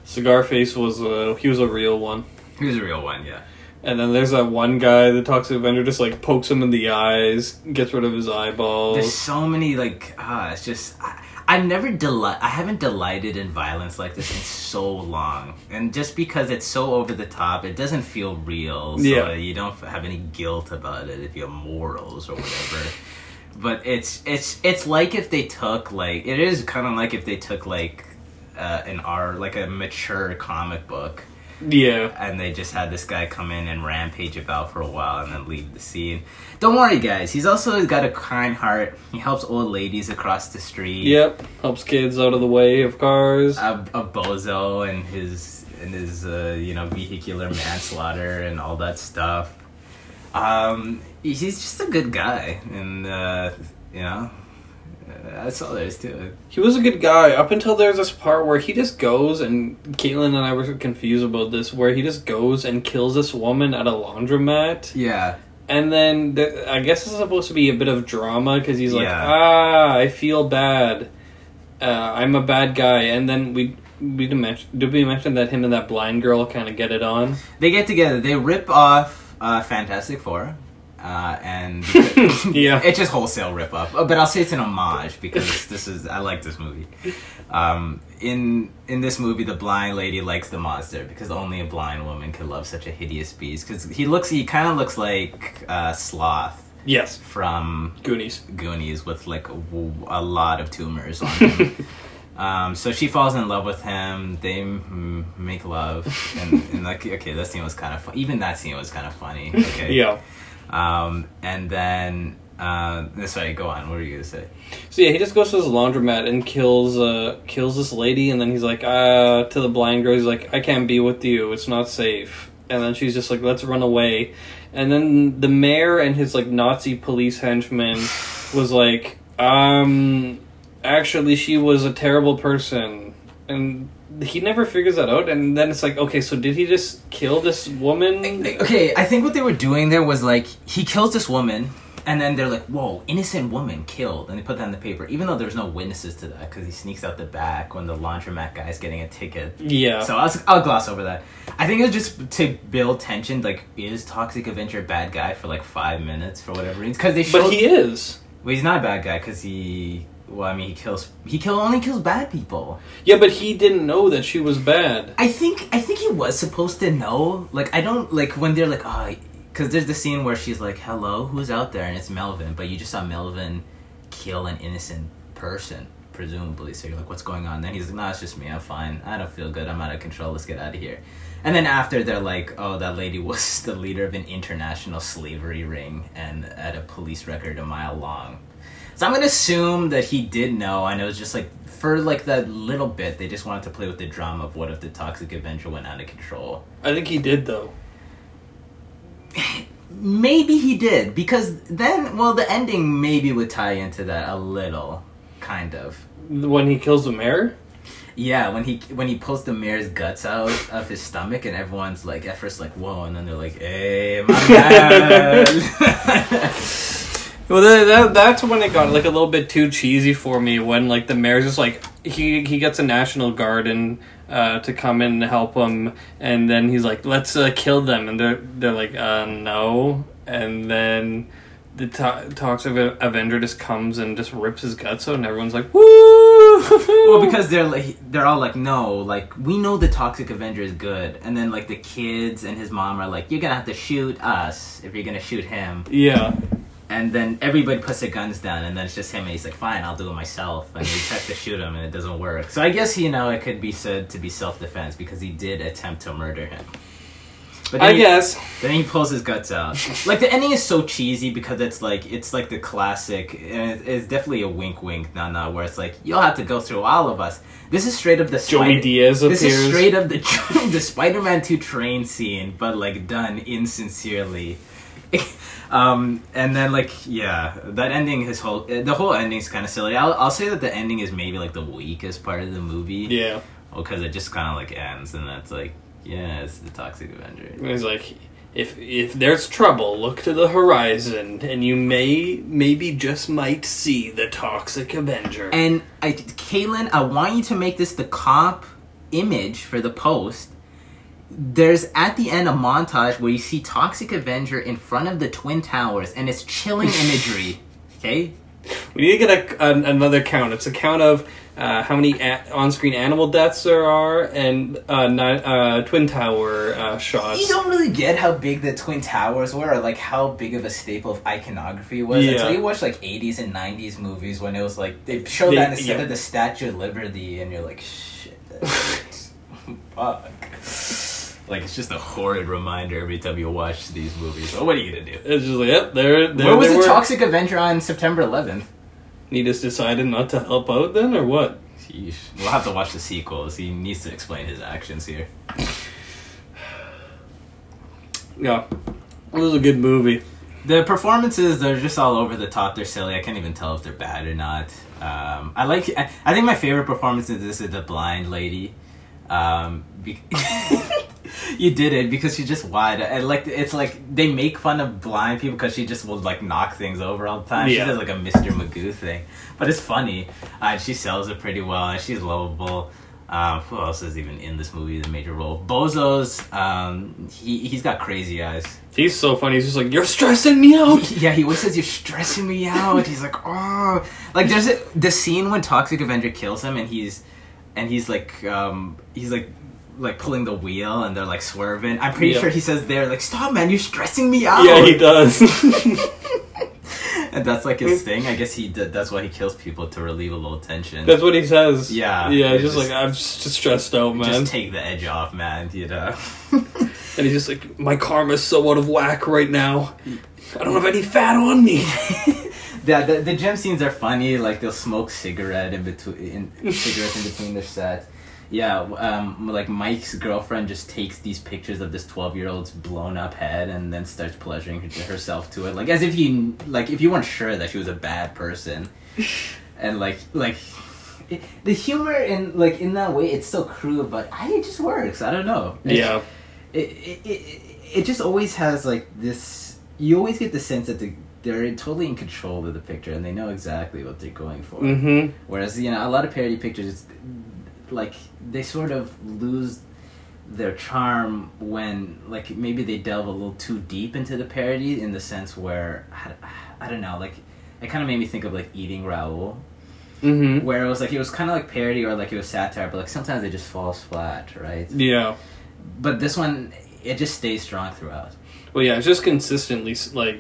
B: Cigar Face was a he was a real one.
C: He was a real one, yeah.
B: And then there's that one guy, the Toxic Avenger, just like pokes him in the eyes, gets rid of his
C: There's
B: eyeballs.
C: so many like ah, it's just I, I've never deli- I haven't delighted in violence like this in so long, and just because it's so over the top, it doesn't feel real. So
B: Yeah.
C: you don't f- have any guilt about it if you have morals or whatever. but it's it's it's like if they took like it is kind of like if they took like uh, an R like a mature comic book
B: Yeah.
C: and they just had this guy come in and rampage about for a while and then leave the scene. Don't worry, guys. He's also got a kind heart. He helps old ladies across the street.
B: Yep. Helps kids out of the way of cars.
C: A, a bozo and his and his uh, you know vehicular manslaughter and all that stuff. Um, he's just a good guy, and uh, you know uh, that's all there is to it.
B: He was a good guy up until there's this part where he just goes and Caitlin and I were confused about this, where he just goes and kills this woman at a laundromat,
C: Yeah.
B: and then th- I guess this is supposed to be a bit of drama because he's like,
C: Yeah.
B: ah, I feel bad, uh, I'm a bad guy, and then we we didn't mention did we mention that him and that blind girl kind of get it on?
C: They get together. They rip off uh, Fantastic Four, uh, and yeah, it's just wholesale rip off. Uh, But I'll say it's an homage because this is I like this movie. Um, in in this movie, the blind lady likes the monster because only a blind woman could love such a hideous beast. Because he looks, he kind of looks like uh, Sloth
B: Yes,
C: from
B: Goonies.
C: Goonies with like a, w- a lot of tumors on him. um, so she falls in love with him. They mm, make love, and, and like okay, that scene was kind of fun. Even that scene was kind of funny. Okay.
B: Yeah.
C: Um, and then uh, sorry, go on. What were you gonna say?
B: So yeah, he just goes to this laundromat and kills uh kills this lady, and then he's like, uh, to the blind girl, he's like, I can't be with you, it's not safe. And then she's just like, let's run away. And then the mayor and his like Nazi police henchman was like, um, actually, she was a terrible person, and he never figures that out. And then it's like, okay, so did he just kill this woman?
C: Okay, I think what they were doing there was like he kills this woman, and then they're like, "Whoa, innocent woman killed," and they put that in the paper, even though there's no witnesses to that because he sneaks out the back when the laundromat guy's getting a ticket.
B: Yeah,
C: So I'll, I'll gloss over that. I think it was just to build tension. Like, is Toxic Avenger a bad guy for like five minutes for whatever reason? Because they showed.
B: but he is.
C: well, he's not a bad guy because he. Well, I mean, he kills. He kill only kills bad people.
B: Yeah, but he didn't know that she was bad.
C: I think. I think he was supposed to know. Like, I don't like when they're like, oh, because there's the scene where she's like, "Hello, who's out there?" and it's Melvin, but you just saw Melvin kill an innocent person. Presumably, so you're like, "What's going on?" Then he's like, "No, it's just me. I'm fine. I don't feel good. I'm out of control. Let's get out of here." And then after they're like, oh, that lady was the leader of an international slavery ring and at a police record a mile long. So I'm gonna assume that he did know, and it was just like for like that little bit, they just wanted to play with the drama of what if the toxic Avenger went out of control.
B: I think he did though.
C: Maybe he did, because then, well, the ending maybe would tie into that a little, kind of.
B: When he kills the mayor?
C: Yeah, when he when he pulls the mayor's guts out of his stomach, and everyone's like at first like whoa, and then they're like, hey, my bad.
B: Well, that, that, that's when it got like a little bit too cheesy for me. When like the mayor's just like he he gets a national guard and uh, to come in and help him, and then he's like, "Let's uh, kill them," and they're they're like, uh, "No," and then the to- toxic Ave- Avenger just comes and just rips his guts out, and everyone's like, "Woo!"
C: well, because they're like they're all like no, like we know the toxic Avenger is good, and then like the kids and his mom are like, you're gonna have to shoot us if you're gonna shoot him,
B: yeah,
C: and then everybody puts their guns down, and then it's just him, and he's like, fine, I'll do it myself, and he tries to shoot him, and it doesn't work. So I guess you know it could be said to be self defense because he did attempt to murder him. But
B: I
C: he-
B: guess.
C: Then he pulls his guts out. Like the ending is so cheesy because it's like it's like the classic, and it- it's definitely a wink, wink, nah, nah, where it's like you'll have to go through all of us. This is straight up the
B: Joey
C: Spider-
B: Diaz
C: This is
B: appears.
C: straight up the the Spider-Man Two train scene, but like done insincerely. um, and then like yeah, that ending, his whole the whole ending's kind of silly. I'll I'll say that the ending is maybe like the weakest part of the movie.
B: Yeah.
C: because it just kind of like ends, and that's like yeah, it's the Toxic Avenger.
B: And he's like, if if there's trouble, look to the horizon, and you may maybe just might see the toxic Avenger.
C: And I, Caitlin, I want you to make this the comp image for the post. There's at the end a montage where you see Toxic Avenger in front of the Twin Towers, and it's chilling imagery. okay,
B: we need to get a, an, another count. It's a count of uh, how many a- on-screen animal deaths there are, and uh, ni- uh, twin tower uh, shots.
C: you don't really get how big the Twin Towers were, or like how big of a staple of iconography was
B: Yeah.
C: until you watch like '80s and '90s movies when it was like they showed
B: They-
C: that instead
B: yeah.
C: of the Statue of Liberty, and you're like, shit, that's- fuck. Like it's just a horrid reminder every time you watch these movies. But what are you gonna do?
B: It's just like, yep, there. there
C: Where was
B: they
C: the
B: were.
C: Toxic Avenger on September 11th?
B: He just decided not to help out then, or what?
C: We'll have to watch the sequels. He needs to explain his actions here.
B: Yeah, it was a good movie.
C: The performances they're just all over the top. They're silly. I can't even tell if they're bad or not. Um, I like. I, I think my favorite performance is this is the blind lady. Um, be- you did it because she's just wide. And like it's like they make fun of blind people because she just will like knock things over all the time. She
B: Yeah.
C: does like a Mr. Magoo thing, but it's funny. Uh, she sells it pretty well and she's lovable. Um, who else is even in this movie? The major role. Bozo's. Um, he he's got crazy eyes.
B: He's so funny. He's just like, you're stressing me out.
C: Yeah, he always says you're stressing me out. He's like, oh, like there's a, the scene when Toxic Avenger kills him, and he's and he's like, um, he's like, like pulling the wheel, and they're like swerving. I'm pretty
B: Yeah.
C: sure he says there, like, stop, man, you're stressing me out.
B: Yeah, he does.
C: and that's like his thing. I guess he d- that's why he kills people to relieve a little tension.
B: That's what he says.
C: Yeah.
B: Yeah, he's just,
C: Just-
B: like, I'm s- just stressed out, man.
C: Just take the edge off, man. You know.
B: and he's just like, my karma's so out of whack right now. I don't have any fat on me.
C: Yeah, the, the gym scenes are funny. Like they'll smoke cigarette in between, in, cigarettes in between their sets. Yeah, um, like Mike's girlfriend just takes these pictures of this twelve-year-old's blown-up head and then starts pleasuring her, herself to it, like as if you like if you weren't sure that she was a bad person, and like like it, the humor in like in that way it's so crude, but I, it just works. I don't know. It's-
B: yeah.
C: it, it, it, it just always has like this you always get the sense that the, they're totally in control of the picture and they know exactly what they're going for
B: Mm-hmm.
C: whereas you know a lot of parody pictures like they sort of lose their charm when like maybe they delve a little too deep into the parody in the sense where i, I don't know like it kind of made me think of like eating raoul
B: Mm-hmm.
C: where it was like it was kind of like parody or like it was satire but like sometimes it just falls flat right
B: Yeah.
C: but this one it just stays strong throughout
B: Well, yeah, it's just consistently, s- like,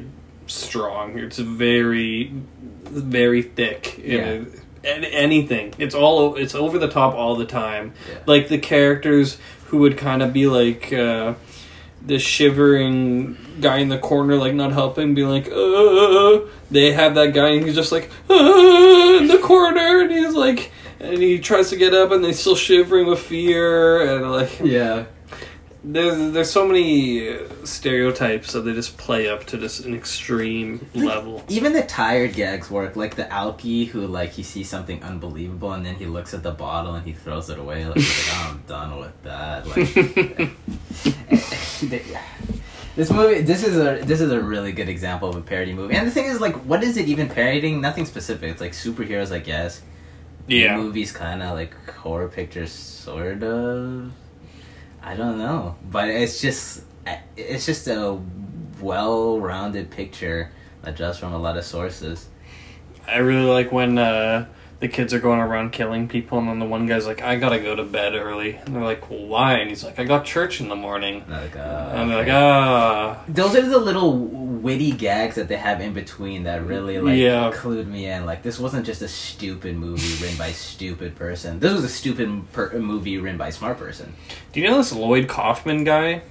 B: strong. It's very, very thick. in
C: Yeah.
B: it. And anything. It's all, o- it's over the top all the time.
C: Yeah.
B: like the characters who would kind of be like uh, the shivering guy in the corner, like not helping, be like, uh, they have that guy and he's just like uh, in the corner, and he's like, and he tries to get up, and they're still shivering with fear, and like,
C: yeah
B: there's there's so many uh, stereotypes that they just play up to just an extreme level.
C: even the tired gags work like the alky who like he sees something unbelievable and then he looks at the bottle and he throws it away like, he's like, "Oh, i'm done with that like this movie this is a this is a really good example of a parody movie and the thing is like what is it even parodying nothing specific it's like superheroes i guess movies kind of like horror pictures sort of i don't know but it's just it's just a well-rounded picture that draws from a lot of sources
B: I really like when uh, the kids are going around killing people, and then the one guy's like, "I gotta go to bed early," and they're like, well, "Why?" And he's like, "I got church in the morning,"
C: like, uh,
B: and they're like, "Ah."
C: those are the little witty gags that they have in between that really like
B: Yeah.
C: clued me in like this wasn't just a stupid movie written by a stupid person this was a stupid per- movie written by a smart person
B: Do you know this Lloyd Kaufman guy?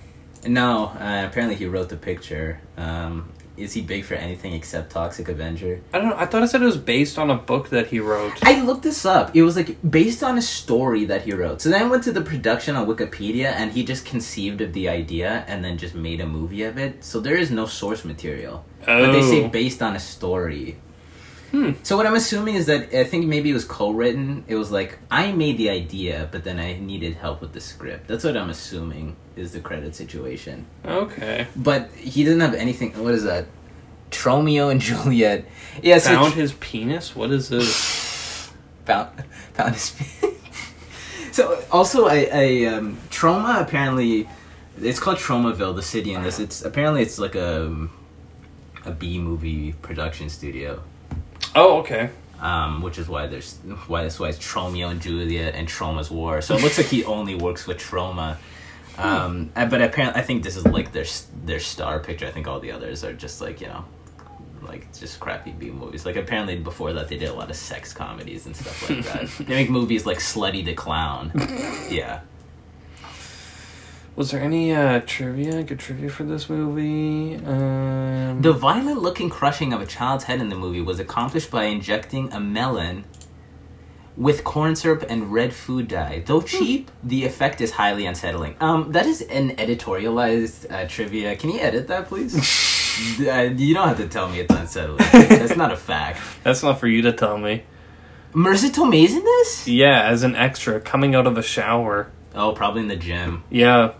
C: No, uh, apparently he wrote the picture. Um, is he big for anything except Toxic Avenger?
B: I don't know. I thought I said it was based on a book that he wrote.
C: I looked this up. It was like based on a story that he wrote. So then I went to the production on Wikipedia and he just conceived of the idea and then just made a movie of it. So there is no source material. But they say
B: Oh.
C: based on a story.
B: Hmm.
C: So what I'm assuming is that I think maybe it was co-written. It was like I made the idea, but then I needed help with the script. That's what I'm assuming is the credit situation.
B: Okay.
C: But he didn't have anything. What is that? Tromeo and Juliet. Yeah, so
B: Found his penis? What is this?
C: found, found his. so also, I, I um, Troma apparently, it's called Tromaville, the city in this. It's apparently it's like a um, a B movie production studio,
B: Oh, okay.
C: um, which is why there's why that's why it's Tromeo and Juliet and Troma's War. So it looks like he only works with Troma. Um, I- but apparently, I think this is like their s- their star picture. I think all the others are just like you know, like just crappy B movies. Like apparently before that, they did a lot of sex comedies and stuff like that. they make movies like Slutty the Clown. yeah.
B: Was there any uh, trivia? Good trivia for this movie? Um,
C: The violent looking crushing of a child's head in the movie was accomplished by injecting a melon with corn syrup and red food dye. Though
B: Hmm.
C: cheap, the effect is highly unsettling. Um, that is an editorialized uh, trivia. Can you edit that, please? D- uh, you don't have to tell me it's unsettling. That's not a fact.
D: That's not for you to tell me.
C: Marissa Tomei's in this?
D: Yeah, as an extra coming out of a shower.
C: Oh, probably in the gym.
D: Yeah,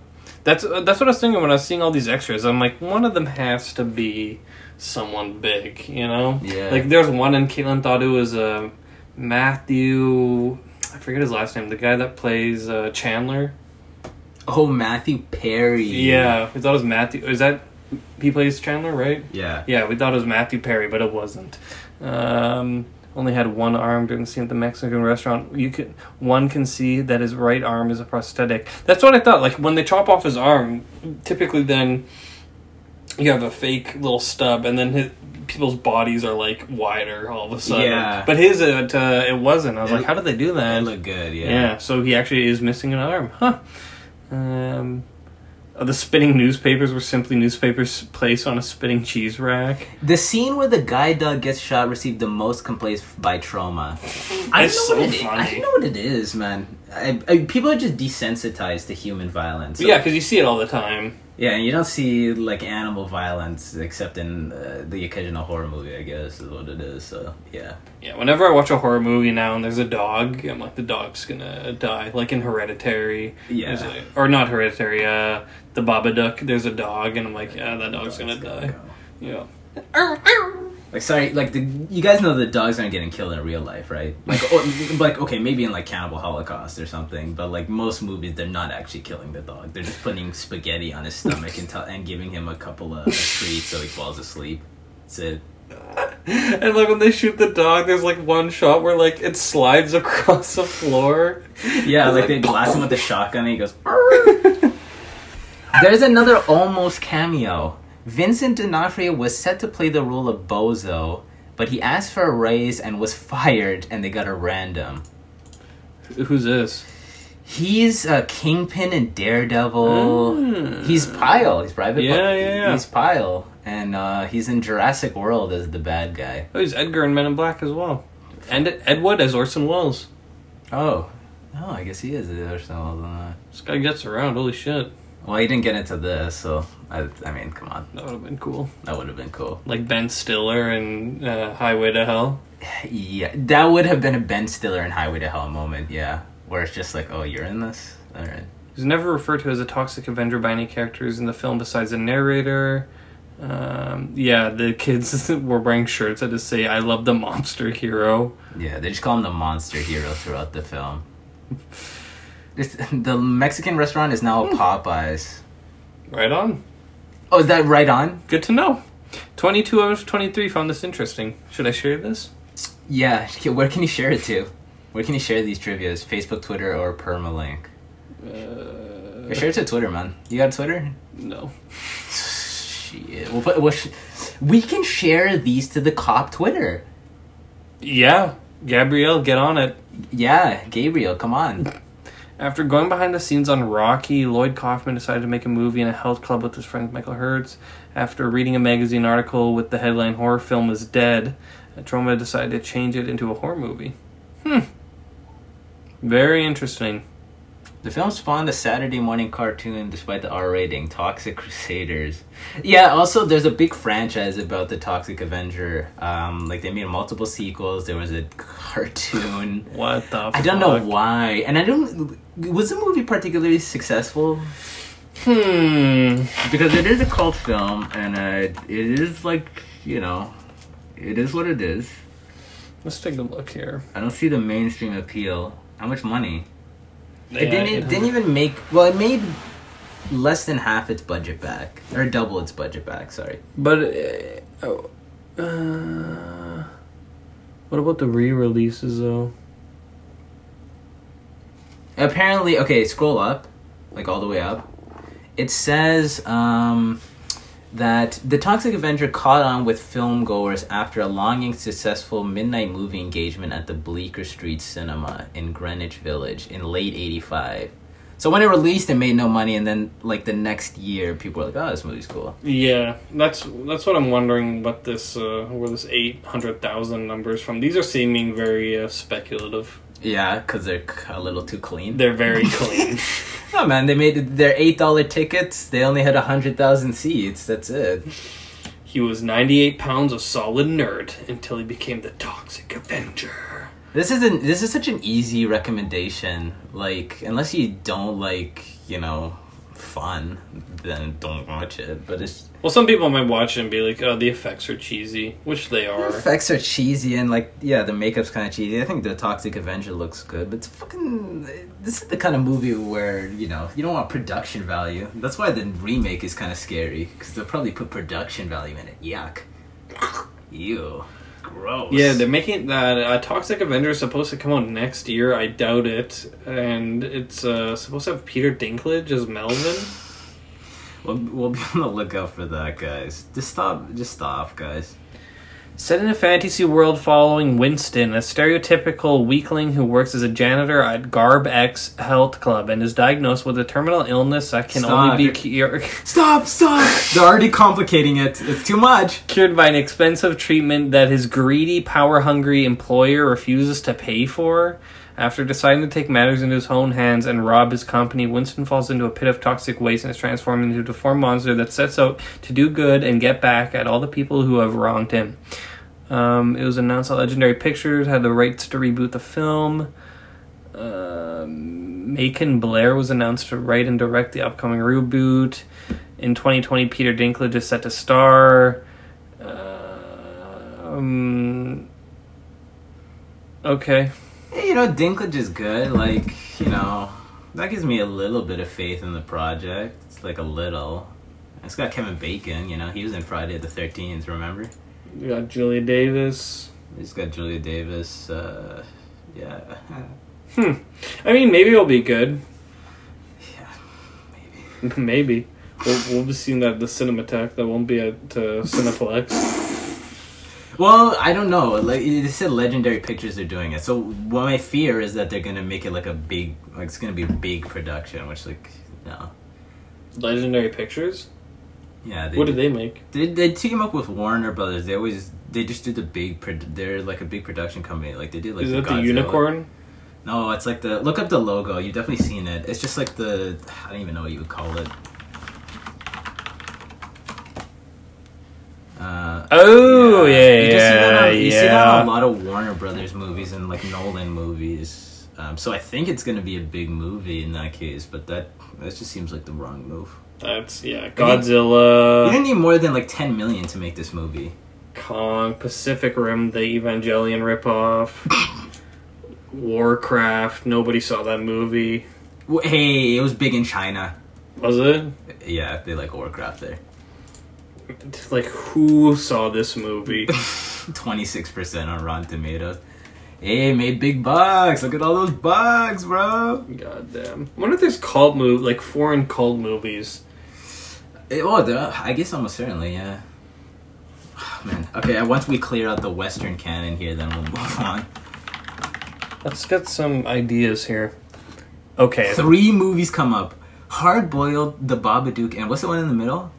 D: that's uh, that's what I was thinking when I was seeing all these extras. I'm like, one of them has to be
B: someone big, you know?
C: Yeah.
B: Like, there's one in Caitlin thought it was
D: uh,
B: um Matthew. I forget his last name. The guy that plays uh, Chandler.
C: Oh, Matthew Perry.
B: Yeah, we thought it was Matthew. Is that he plays Chandler, right?
C: Yeah.
B: Yeah, we thought it was Matthew Perry, but it wasn't. Um, only had one arm during the scene at the Mexican restaurant. You can one can see that his right arm is a prosthetic. That's what I thought. Like when they chop off his arm, typically then you have a fake little stub, and then his, people's bodies are like wider all of a sudden.
C: Yeah.
B: But his it uh, it wasn't. I was
C: It-
B: like, how did they do that?
C: That looked good, yeah.
B: Yeah. so he actually is missing an arm. Huh. Um, uh, the spinning newspapers were simply newspapers placed on a spinning cheese rack.
C: The scene where the guide dog gets shot received the most complaints by trauma. I
B: It's
C: don't know
B: so
C: what it- I
B: funny.
C: don't know what it is, man. I, I, people are just desensitized to human violence.
B: yeah, because you see it all the time.
C: yeah, and you don't see like animal violence except in uh, the occasional horror movie. I guess is what it is. So yeah,
B: Yeah, whenever I watch a horror movie now and there's a dog, I'm like, the dog's gonna die. Like in Hereditary.
C: Yeah.
B: there's a- or not Hereditary, uh, The Babadook, there's a dog, and I'm like, yeah, that dog's gonna die.
C: go.
B: Yeah.
C: Like sorry, like the you guys know the dogs aren't getting killed in real life, right? Like or, like okay, maybe in like Cannibal Holocaust or something, but like most movies, they're not actually killing the dog. They're just putting spaghetti on his stomach and tell and giving him a couple of treats so he falls asleep. That's it.
B: And like when they shoot the dog, there's like one shot where like it slides across the floor.
C: Yeah, like they blast him with the shotgun and he goes. "Arr!" There's another almost cameo. Vincent D'Onofrio was set to play the role of Bozo, but he asked for a raise and was fired, and they got a random.
B: Who's this?
C: He's a kingpin and daredevil.
B: Mm.
C: He's Pyle. He's private.
B: Yeah,
C: Pi-
B: yeah, yeah.
C: He's Pyle, and uh, he's in Jurassic World as the bad guy.
B: Oh, he's Edgar in Men in Black as well. And Ed Wood as Orson Welles.
C: Oh, oh, I guess he is the other side of the-
B: This guy gets around, holy shit.
C: Well, he didn't get into this, so I, I mean, come on,
B: That would have been cool.
C: that would have been cool.
B: Like Ben Stiller in uh, Highway to Hell.
C: Yeah, that would have been a Ben Stiller and Highway to Hell moment. Yeah, where it's just like, oh, you're in this. All right.
B: He's never referred to as a toxic Avenger by any characters in the film besides the narrator. Um, yeah, the kids were wearing shirts that just say, I love the monster hero.
C: Yeah, they just call him the monster hero throughout the film. This, the Mexican restaurant is now a
B: Hmm.
C: Popeyes.
B: Right on.
C: Oh, is that right on?
B: Good to know. 22 out of 23 found this interesting. Should I share this?
C: Yeah. okay, Where can you share it to? Where can you share these trivia's? Facebook, Twitter, or permalink?
B: Uh,
C: Share it to Twitter, man. You got Twitter?
B: no.
C: Shit. We'll put, we'll sh- we can share these to the cop Twitter.
B: Yeah, Gabrielle, get on it.
C: Yeah, Gabriel, come on.
D: After going behind the scenes on Rocky, Lloyd Kaufman decided to make a movie in a health club with his friend Michael Hertz. After reading a magazine article with the headline "Horror Film is Dead," Troma decided to change it into a horror movie. Hmm. Very interesting.
C: The film spawned a Saturday morning cartoon despite the R rating, Toxic Crusaders. Yeah, also there's a big franchise about the Toxic Avenger. Um, like they made multiple sequels. There was a cartoon.
D: What the?
C: I don't know why. And I don't was the movie particularly successful?
D: Hmm.
C: Because it is a cult film and uh, it is like, you know, it is what it is.
D: Let's take a look here.
C: I don't see the mainstream appeal. How much money?
D: Yeah,
C: it didn't, it didn't even make. Well, it made less than half its budget back, or double its budget back. Sorry.
D: But uh, oh, uh, what about the re-releases though?
C: Apparently, okay. Scroll up, like all the way up. It says um, that the Toxic Avenger caught on with film goers after a long and successful midnight movie engagement at the Bleecker Street Cinema in Greenwich Village in late '85. So when it released, it made no money, and then like the next year, people were like, "Oh, this movie's cool."
B: Yeah, that's that's what I'm wondering. What this uh, where this eight hundred thousand numbers from? These are seeming very uh, speculative.
C: Yeah, because they're c- a little too clean.
B: They're very clean.
C: Oh man, they made their eight dollar tickets. They only had hundred thousand seats. That's it.
B: he was ninety eight pounds of solid nerd until he became the Toxic Avenger.
C: This isn't. This is such an easy recommendation. Like, unless you don't like, you know, fun, then don't watch it. But it's
B: Well, some people might watch it and be like, "Oh, the effects are cheesy," which they
C: the
B: are.
C: effects are cheesy and like, yeah, the makeup's kind of cheesy. I think the Toxic Avenger looks good, but it's fucking. This is the kind of movie where you know you don't want production value. That's why the remake is kind of scary because they'll probably put production value in it. Yuck. Ew. Gross.
B: Yeah, they're making that uh, Toxic Avenger is supposed to come out next year. I doubt it, and it's uh, supposed to have Peter Dinklage as Melvin.
C: We'll, we'll be on the lookout for that, guys. Just stop. Just stop, guys.
D: Set in a fantasy world following Winston, a stereotypical weakling who works as a janitor at Garb X Health Club and is diagnosed with a terminal illness that can
C: Stop.
D: only be cure-
C: Stop! Stop! They're already complicating it. It's too much.
D: cured by an expensive treatment that his greedy, power hungry employer refuses to pay for. After deciding to take matters into his own hands and rob his company, Winston falls into a pit of toxic waste and is transformed into a deformed monster that sets out to do good and get back at all the people who have wronged him. Um, it was announced that Legendary Pictures had the rights to reboot the film. Um Macon Blair was announced to write and direct the upcoming reboot. In 2020, Peter Dinklage is set to star.
B: Uh,
D: Um, okay.
C: Hey, you know, Dinklage is good. Like, you know, that gives me a little bit of faith in the project. It's like a little. It's got Kevin Bacon. You know, he was in Friday the Thirteenth. Remember?
B: You got Julia Davis.
C: It's got Julia Davis. Uh, yeah.
B: I mean, maybe it'll be good.
C: Yeah.
B: Maybe. We'll, we'll be seeing that at the Cinematech. That won't be at uh, Cineplex.
C: Well, I don't know. Like they said, legendary pictures are doing it. So what my fear is that they're gonna make it like a big, like it's gonna be a big production, which like no,
B: Legendary Pictures?
C: yeah. They,
B: What did they make?
C: They they team up with Warner Brothers. They always they just do the big. Pro- they're like a big production company. Like they did like
B: Is that the
C: Godzilla.
B: unicorn?
C: No, it's like the look up the logo. You've definitely seen it. It's just like the I don't even know what you would call it. Uh,
D: Oh, yeah,
C: You, just see that on-
D: yeah,
C: you see that on a
D: yeah.
C: lot of Warner Brothers movies and like Nolan movies. Um, so I think it's gonna be a big movie in that case, but that that just seems like the wrong move.
B: That's, yeah.
C: You
B: Godzilla,
C: didn't need more than like ten million to make this movie.
B: Kong, Pacific Rim, the Evangelion ripoff, Warcraft. Nobody saw that movie.
C: W- Hey, it was big in China.
B: Was it?
C: Yeah, they like Warcraft there.
B: Like, who saw this movie?
C: Twenty six percent on Rotten Tomatoes. Hey, made big bucks. Look at all those bucks, bro.
B: God damn. I wonder if there's cult move like foreign cult movies.
C: Eh, oh, they're- I guess almost certainly, yeah. Man, okay. uh, Once we clear out the Western canon here, then we'll move on.
D: Let's get some ideas here. Okay.
C: Three movies come up: Hard Boiled, The Babadook, and what's the one in the middle?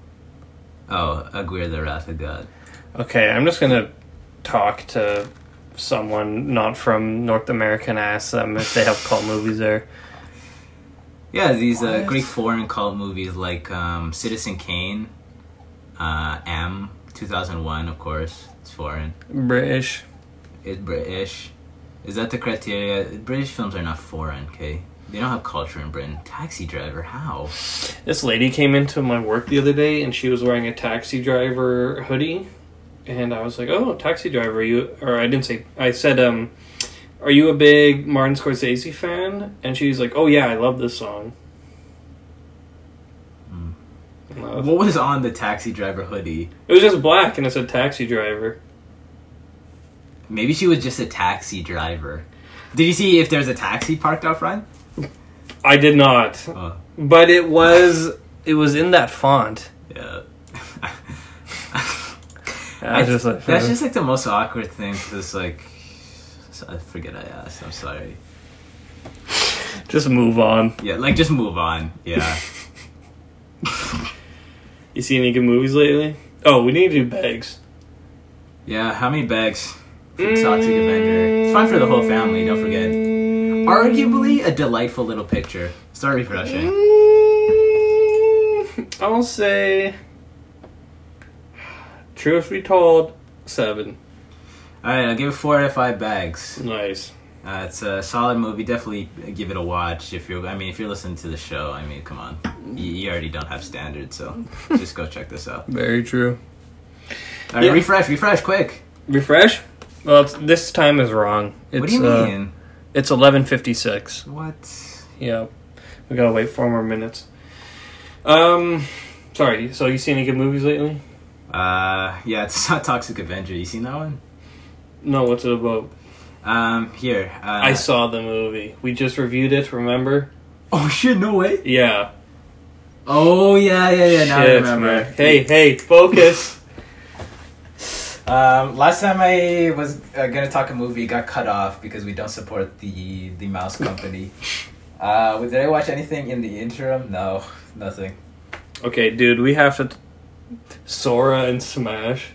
C: Oh, Aguirre, The Wrath of God.
D: Okay, I'm just gonna talk to someone not from North America and ask
B: um,
D: them if they have cult movies there.
C: Yeah, these uh,
D: What?
C: great foreign cult movies like um, Citizen Kane, uh, M, 2001, of course. It's foreign.
D: British.
C: It's British. Is that the criteria? British films are not foreign, okay? They don't have culture in Britain. Taxi Driver, how?
D: This lady came into my work.
B: the other day and she was wearing a taxi driver hoodie and I was like, "Oh, taxi driver, are you or I didn't say I said um are you a big Martin Scorsese fan?" And she's like, "Oh yeah, I love this song."
C: Hmm.
B: And I was-
C: What was on the Taxi Driver hoodie?
B: It was just black and it said taxi driver.
C: Maybe she was just a taxi driver. Did you see if there's a taxi parked out front?
B: I did not.
C: Oh,
D: But it was it was in that font.
C: yeah.
D: I was just like,
C: That's just like the most awkward thing. Just like, so- I forget I asked. I'm sorry.
D: just move on.
C: Yeah, like just move on. Yeah.
B: You see any good movies lately? Oh, we need to do bags.
C: Yeah, how many bags for Toxic Avenger? It's fun for the whole family, don't forget. Arguably a delightful little picture. Start refreshing.
B: Mm, I'll say Truth be told, 7.
C: Alright, I'll give it 4 out of 5 bags.
B: Nice.
C: Uh, it's a solid movie. Definitely give it a watch if you're, I mean, if you're listening to the show, I mean, come on. You, you already don't have standards, so just go check this out.
D: Very true.
C: Alright,
B: Yeah.
C: refresh, refresh, quick.
B: Refresh?
D: Well, it's, this time is wrong. It's,
C: what do you
D: uh,
C: mean?
D: It's 11:56.
C: What?
D: Yeah.
B: We gotta wait four more minutes. Um, sorry. So you seen any good movies lately?
C: Uh, yeah, it's not Toxic Avenger. You seen that one?
B: No. What's it about?
C: Um, here. Uh,
B: I saw the movie. We just reviewed it. Remember?
C: Oh shit! No way.
B: Yeah.
C: Oh yeah, yeah, yeah. Now I
B: Shit,
C: remember.
B: man. Hey, hey, focus.
C: Um, last time I was uh, gonna talk a movie, it got cut off because we don't support the the mouse company. uh, did I watch anything in the interim? No, nothing.
B: okay, dude. We have to. T- Sora and Smash.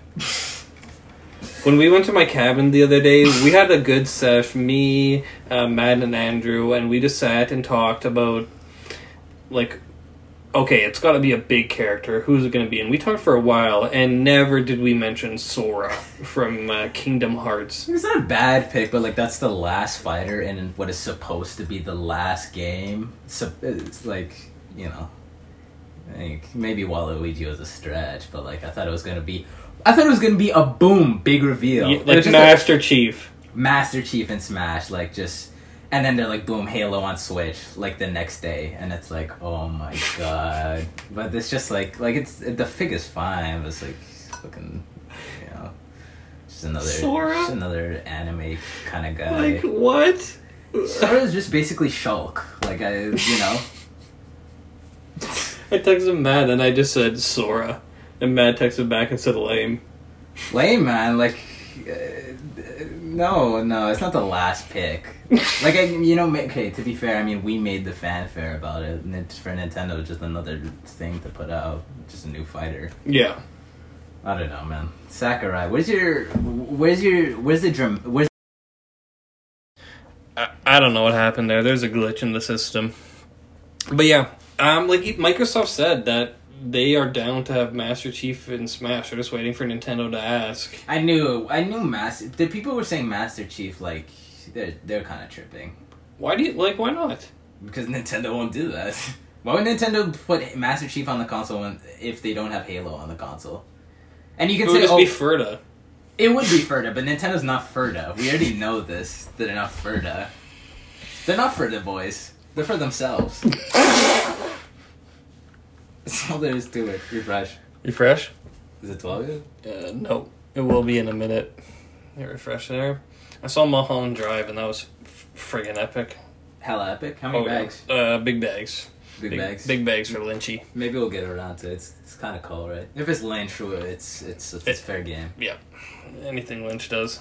B: When we went to my cabin the other day, we had a good sesh. Me, uh, Matt, and Andrew, and we just sat and talked about like okay, it's got to be a big character. Who's it going to be? And we talked for a while, and never did we mention Sora from uh, Kingdom Hearts.
C: It's not a bad pick, but like that's the last fighter in what is supposed to be the last game. So it's like you know, like maybe Waluigi was a stretch, but like I thought it was gonna be. I thought it was gonna be a boom big reveal.
B: Yeah,
C: It was
B: like
C: just
B: Master Chief.
C: Master Chief and Smash, like just, and then they're like, boom, Halo on Switch, like the next day, and it's like, oh my god. But it's just like, like it's the fig is fine, but it's like fucking, you know, just another,
B: Sora?
C: just another anime kind of guy.
B: Like what?
C: Sora is just basically Shulk, like I, you know.
B: I texted Matt and I just said Sora, and Matt texted back and said lame.
C: lame man like uh, no no it's not the last pick like I, you know ma- okay to be fair i mean we made the fanfare about it and it's for nintendo it's just another thing to put out just a new fighter
B: Yeah.
C: i don't know man sakurai where's your where's your where's the drum where's
B: I, I don't know what happened there. There's a glitch in the system. But yeah, um, like Microsoft said that they are down to have Master Chief in Smash. They're just waiting for Nintendo to ask.
C: i knew i knew master the people were saying master chief like they're they're kind of tripping
B: Why do you like? Why not?
C: because nintendo won't do that why would nintendo put master chief on the console when, if they don't have halo on the console and you can
B: It would
C: say
B: just
C: oh,
B: be Ferda.
C: It would be Furda, but Nintendo's not Furda. We already know this. that They're not Furda. They're not for the boys. They're for themselves. That's all there is to it. Refresh.
B: Refresh.
C: Is it 12 yet?
B: Uh, no, it will be in a minute. Let me refresh there. I saw Mulholland Drive, and that was f- friggin' epic.
C: Hella epic. How many
B: yeah.
C: bags?
B: Uh, big bags.
C: Big, bags.
B: Big bags for Lynchy.
C: Maybe we'll get around to it. It's, it's kind of cool, right? If it's land true, it's it's it's, it's
B: It-
C: fair game.
B: Anything Lynch does.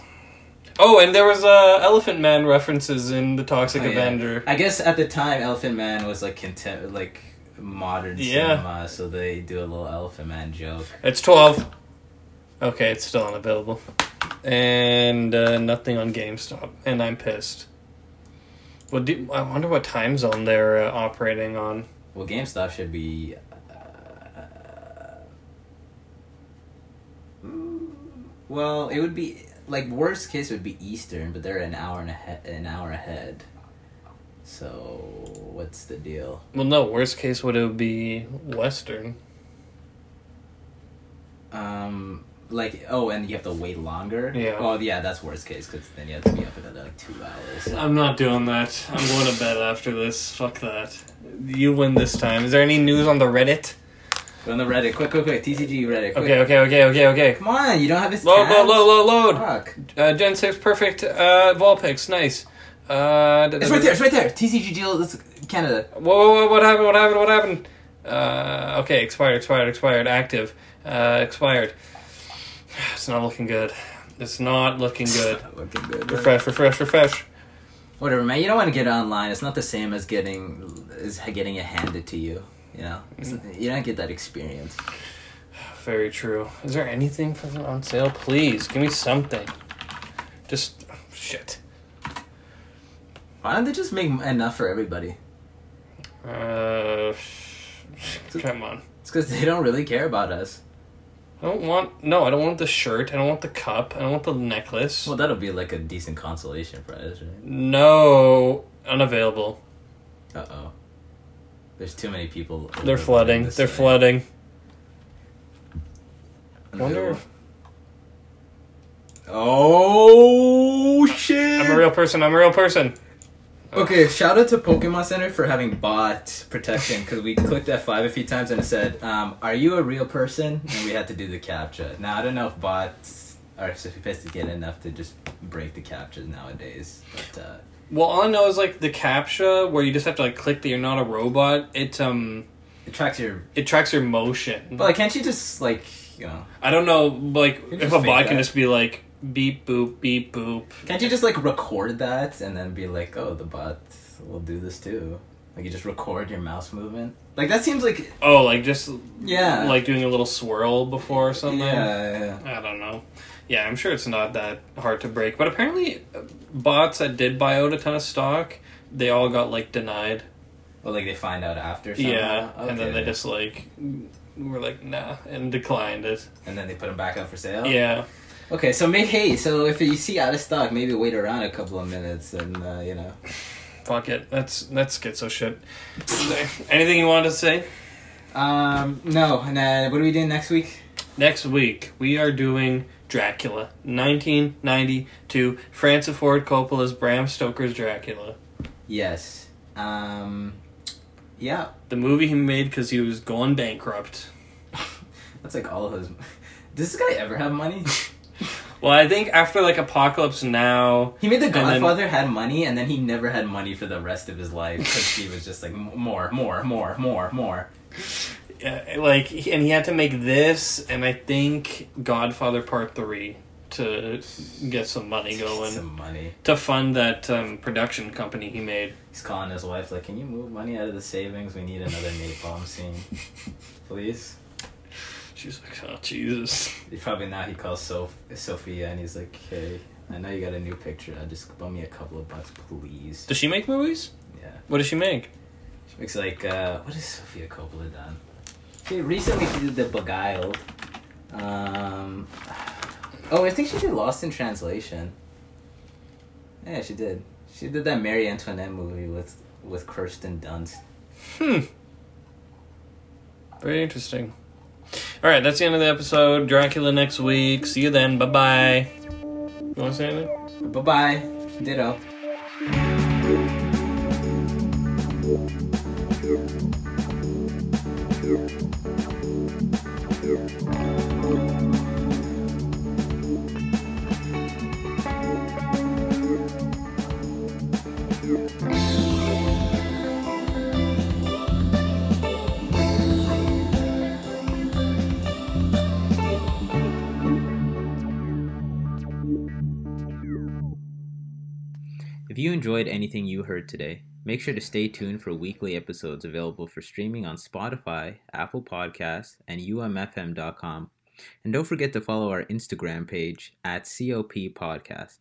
B: Oh, and there was uh, Elephant Man references in the Toxic
C: Oh, yeah.
B: Avenger.
C: I guess at the time, Elephant Man was like contem- like modern
B: Yeah.
C: cinema, so they do a little Elephant Man joke.
B: It's twelve. Okay, it's still unavailable, and uh, nothing on GameStop, and I'm pissed. Well, do, I wonder what time zone they're uh, operating on.
C: Well, GameStop should be. uh, Well, it would be like worst case would be Eastern, but they're an hour and a he- an hour ahead. So what's the deal?
B: Well, no. Worst case would it be Western?
C: Um, like oh, and you have to wait longer.
B: Yeah.
C: Oh yeah, that's worst case because then you have to be up another like two hours.
B: I'm not doing that. I'm going to bed after this. Fuck that. You win this time. Is there any news on the Reddit?
C: Go on the Reddit, quick, quick, quick, TCG Reddit. Quick.
B: Okay, okay, okay, okay, okay.
C: Come on, you don't have this.
B: Load, load,
C: tab?
B: load, load, load.
C: Fuck.
B: Uh, Gen 6 perfect uh, Volpix. Nice. Uh, da- da-
C: It's right there. It's right there. TCG deal. That's Canada.
B: Whoa, whoa, whoa, what happened? What happened? What happened? Uh, okay, expired, expired, expired, active, uh, expired. It's not looking good. It's not looking good.
C: Looking good.
B: refresh, refresh, refresh.
C: Whatever, man. You don't want to get online. It's not the same as getting as getting it handed to you. You know, It's-
B: Mm.
C: you don't get that experience.
B: Very true. Is there anything fucking on sale? Please give me something. Just shit.
C: Why don't they just make enough for everybody?
B: Uh, come on.
C: It's because they don't really care about us.
B: I don't want. No, I don't want the shirt. I don't want the cup. I don't want the necklace.
C: Well, that'll be like a decent consolation prize, right?
B: No, unavailable.
C: Uh oh. There's too many people.
B: They're flooding.
C: this
B: They're
C: way.
B: flooding.
C: And
B: Wonder
C: they're-
B: if-
C: Oh shit!
B: I'm a real person. I'm a real person.
C: Okay, shout out to Pokemon Center for having bought protection because we clicked F5 a few times and it said, um, Are you a real person? And we had to do the CAPTCHA. Now, I don't know if bots are sophisticated enough to just break the CAPTCHAs nowadays. But, uh,
B: Well, all I know is like the captcha where you just have to like click that you're not a robot. It um
C: it tracks your.
B: it tracks your motion.
C: But, like, can't you just, like, you know.
B: I don't know like
C: can
B: if
C: just
B: a
C: fake
B: bot can
C: that.
B: just be like beep boop beep boop.
C: Can't you just, like, record that and then be like, Oh, the bot will do this too? Like, you just record your mouse movement? Like, that seems like.
B: Oh, like just
C: Yeah.
B: like doing a little swirl before or something.
C: Yeah, yeah.
B: I don't know. Yeah, I'm sure it's not that hard to break, but apparently uh, bots that did buy out a ton of stock, they all got like denied.
C: Well, like, they find out after somehow?
B: Yeah, and then
C: Okay.
B: they just like were like nah and declined it.
C: And then they put them back up for sale?
B: Yeah.
C: Okay, so make haste. So if you see out of stock, maybe wait around a couple of minutes and uh, you know.
B: Fuck it. That's that's schizo shit. Anything you wanted to say?
C: Um, no. And uh, what are we doing next week?
B: Next week we are doing Dracula, 1992, Francis Ford Coppola's Bram Stoker's Dracula,
C: Yes. Um, yeah.
B: the movie he made because he was going bankrupt.
C: That's like all of his. Does this guy ever have money?
B: Well, I think after like Apocalypse Now,
C: He made The
B: then-
C: Godfather had money, and then he never had money for the rest of his life because he was just like "M- more, more, more, more, more.
B: uh, like, he- and he had to make this, and I think Godfather Part Three to get some money going
C: Some money.
B: to fund that um, production company he made.
C: He's calling his wife like, "Can you move money out of the savings? We need another napalm scene, please."
B: She's like, oh Jesus.
C: He Probably now he calls Soph- Sophia and he's like, hey, I know you got a new picture. uh, Just bum me a couple of bucks, please.
B: Does she make movies?
C: Yeah.
B: What does she make?
C: Looks like, uh, what has Sophia Coppola done? She recently did The Beguiled. Um, oh, I think she did Lost in Translation. Yeah, she did. She did that Marie Antoinette movie with, with Kirsten Dunst.
B: Hmm. Very interesting. All right, that's the end of the episode. Dracula next week. See you then. Bye bye. You want to say anything?
C: Bye bye. Ditto. you enjoyed anything you heard today, make sure to stay tuned for weekly episodes available for streaming on Spotify, Apple Podcasts, and umfm.com. And don't forget to follow our Instagram page at COP Podcast.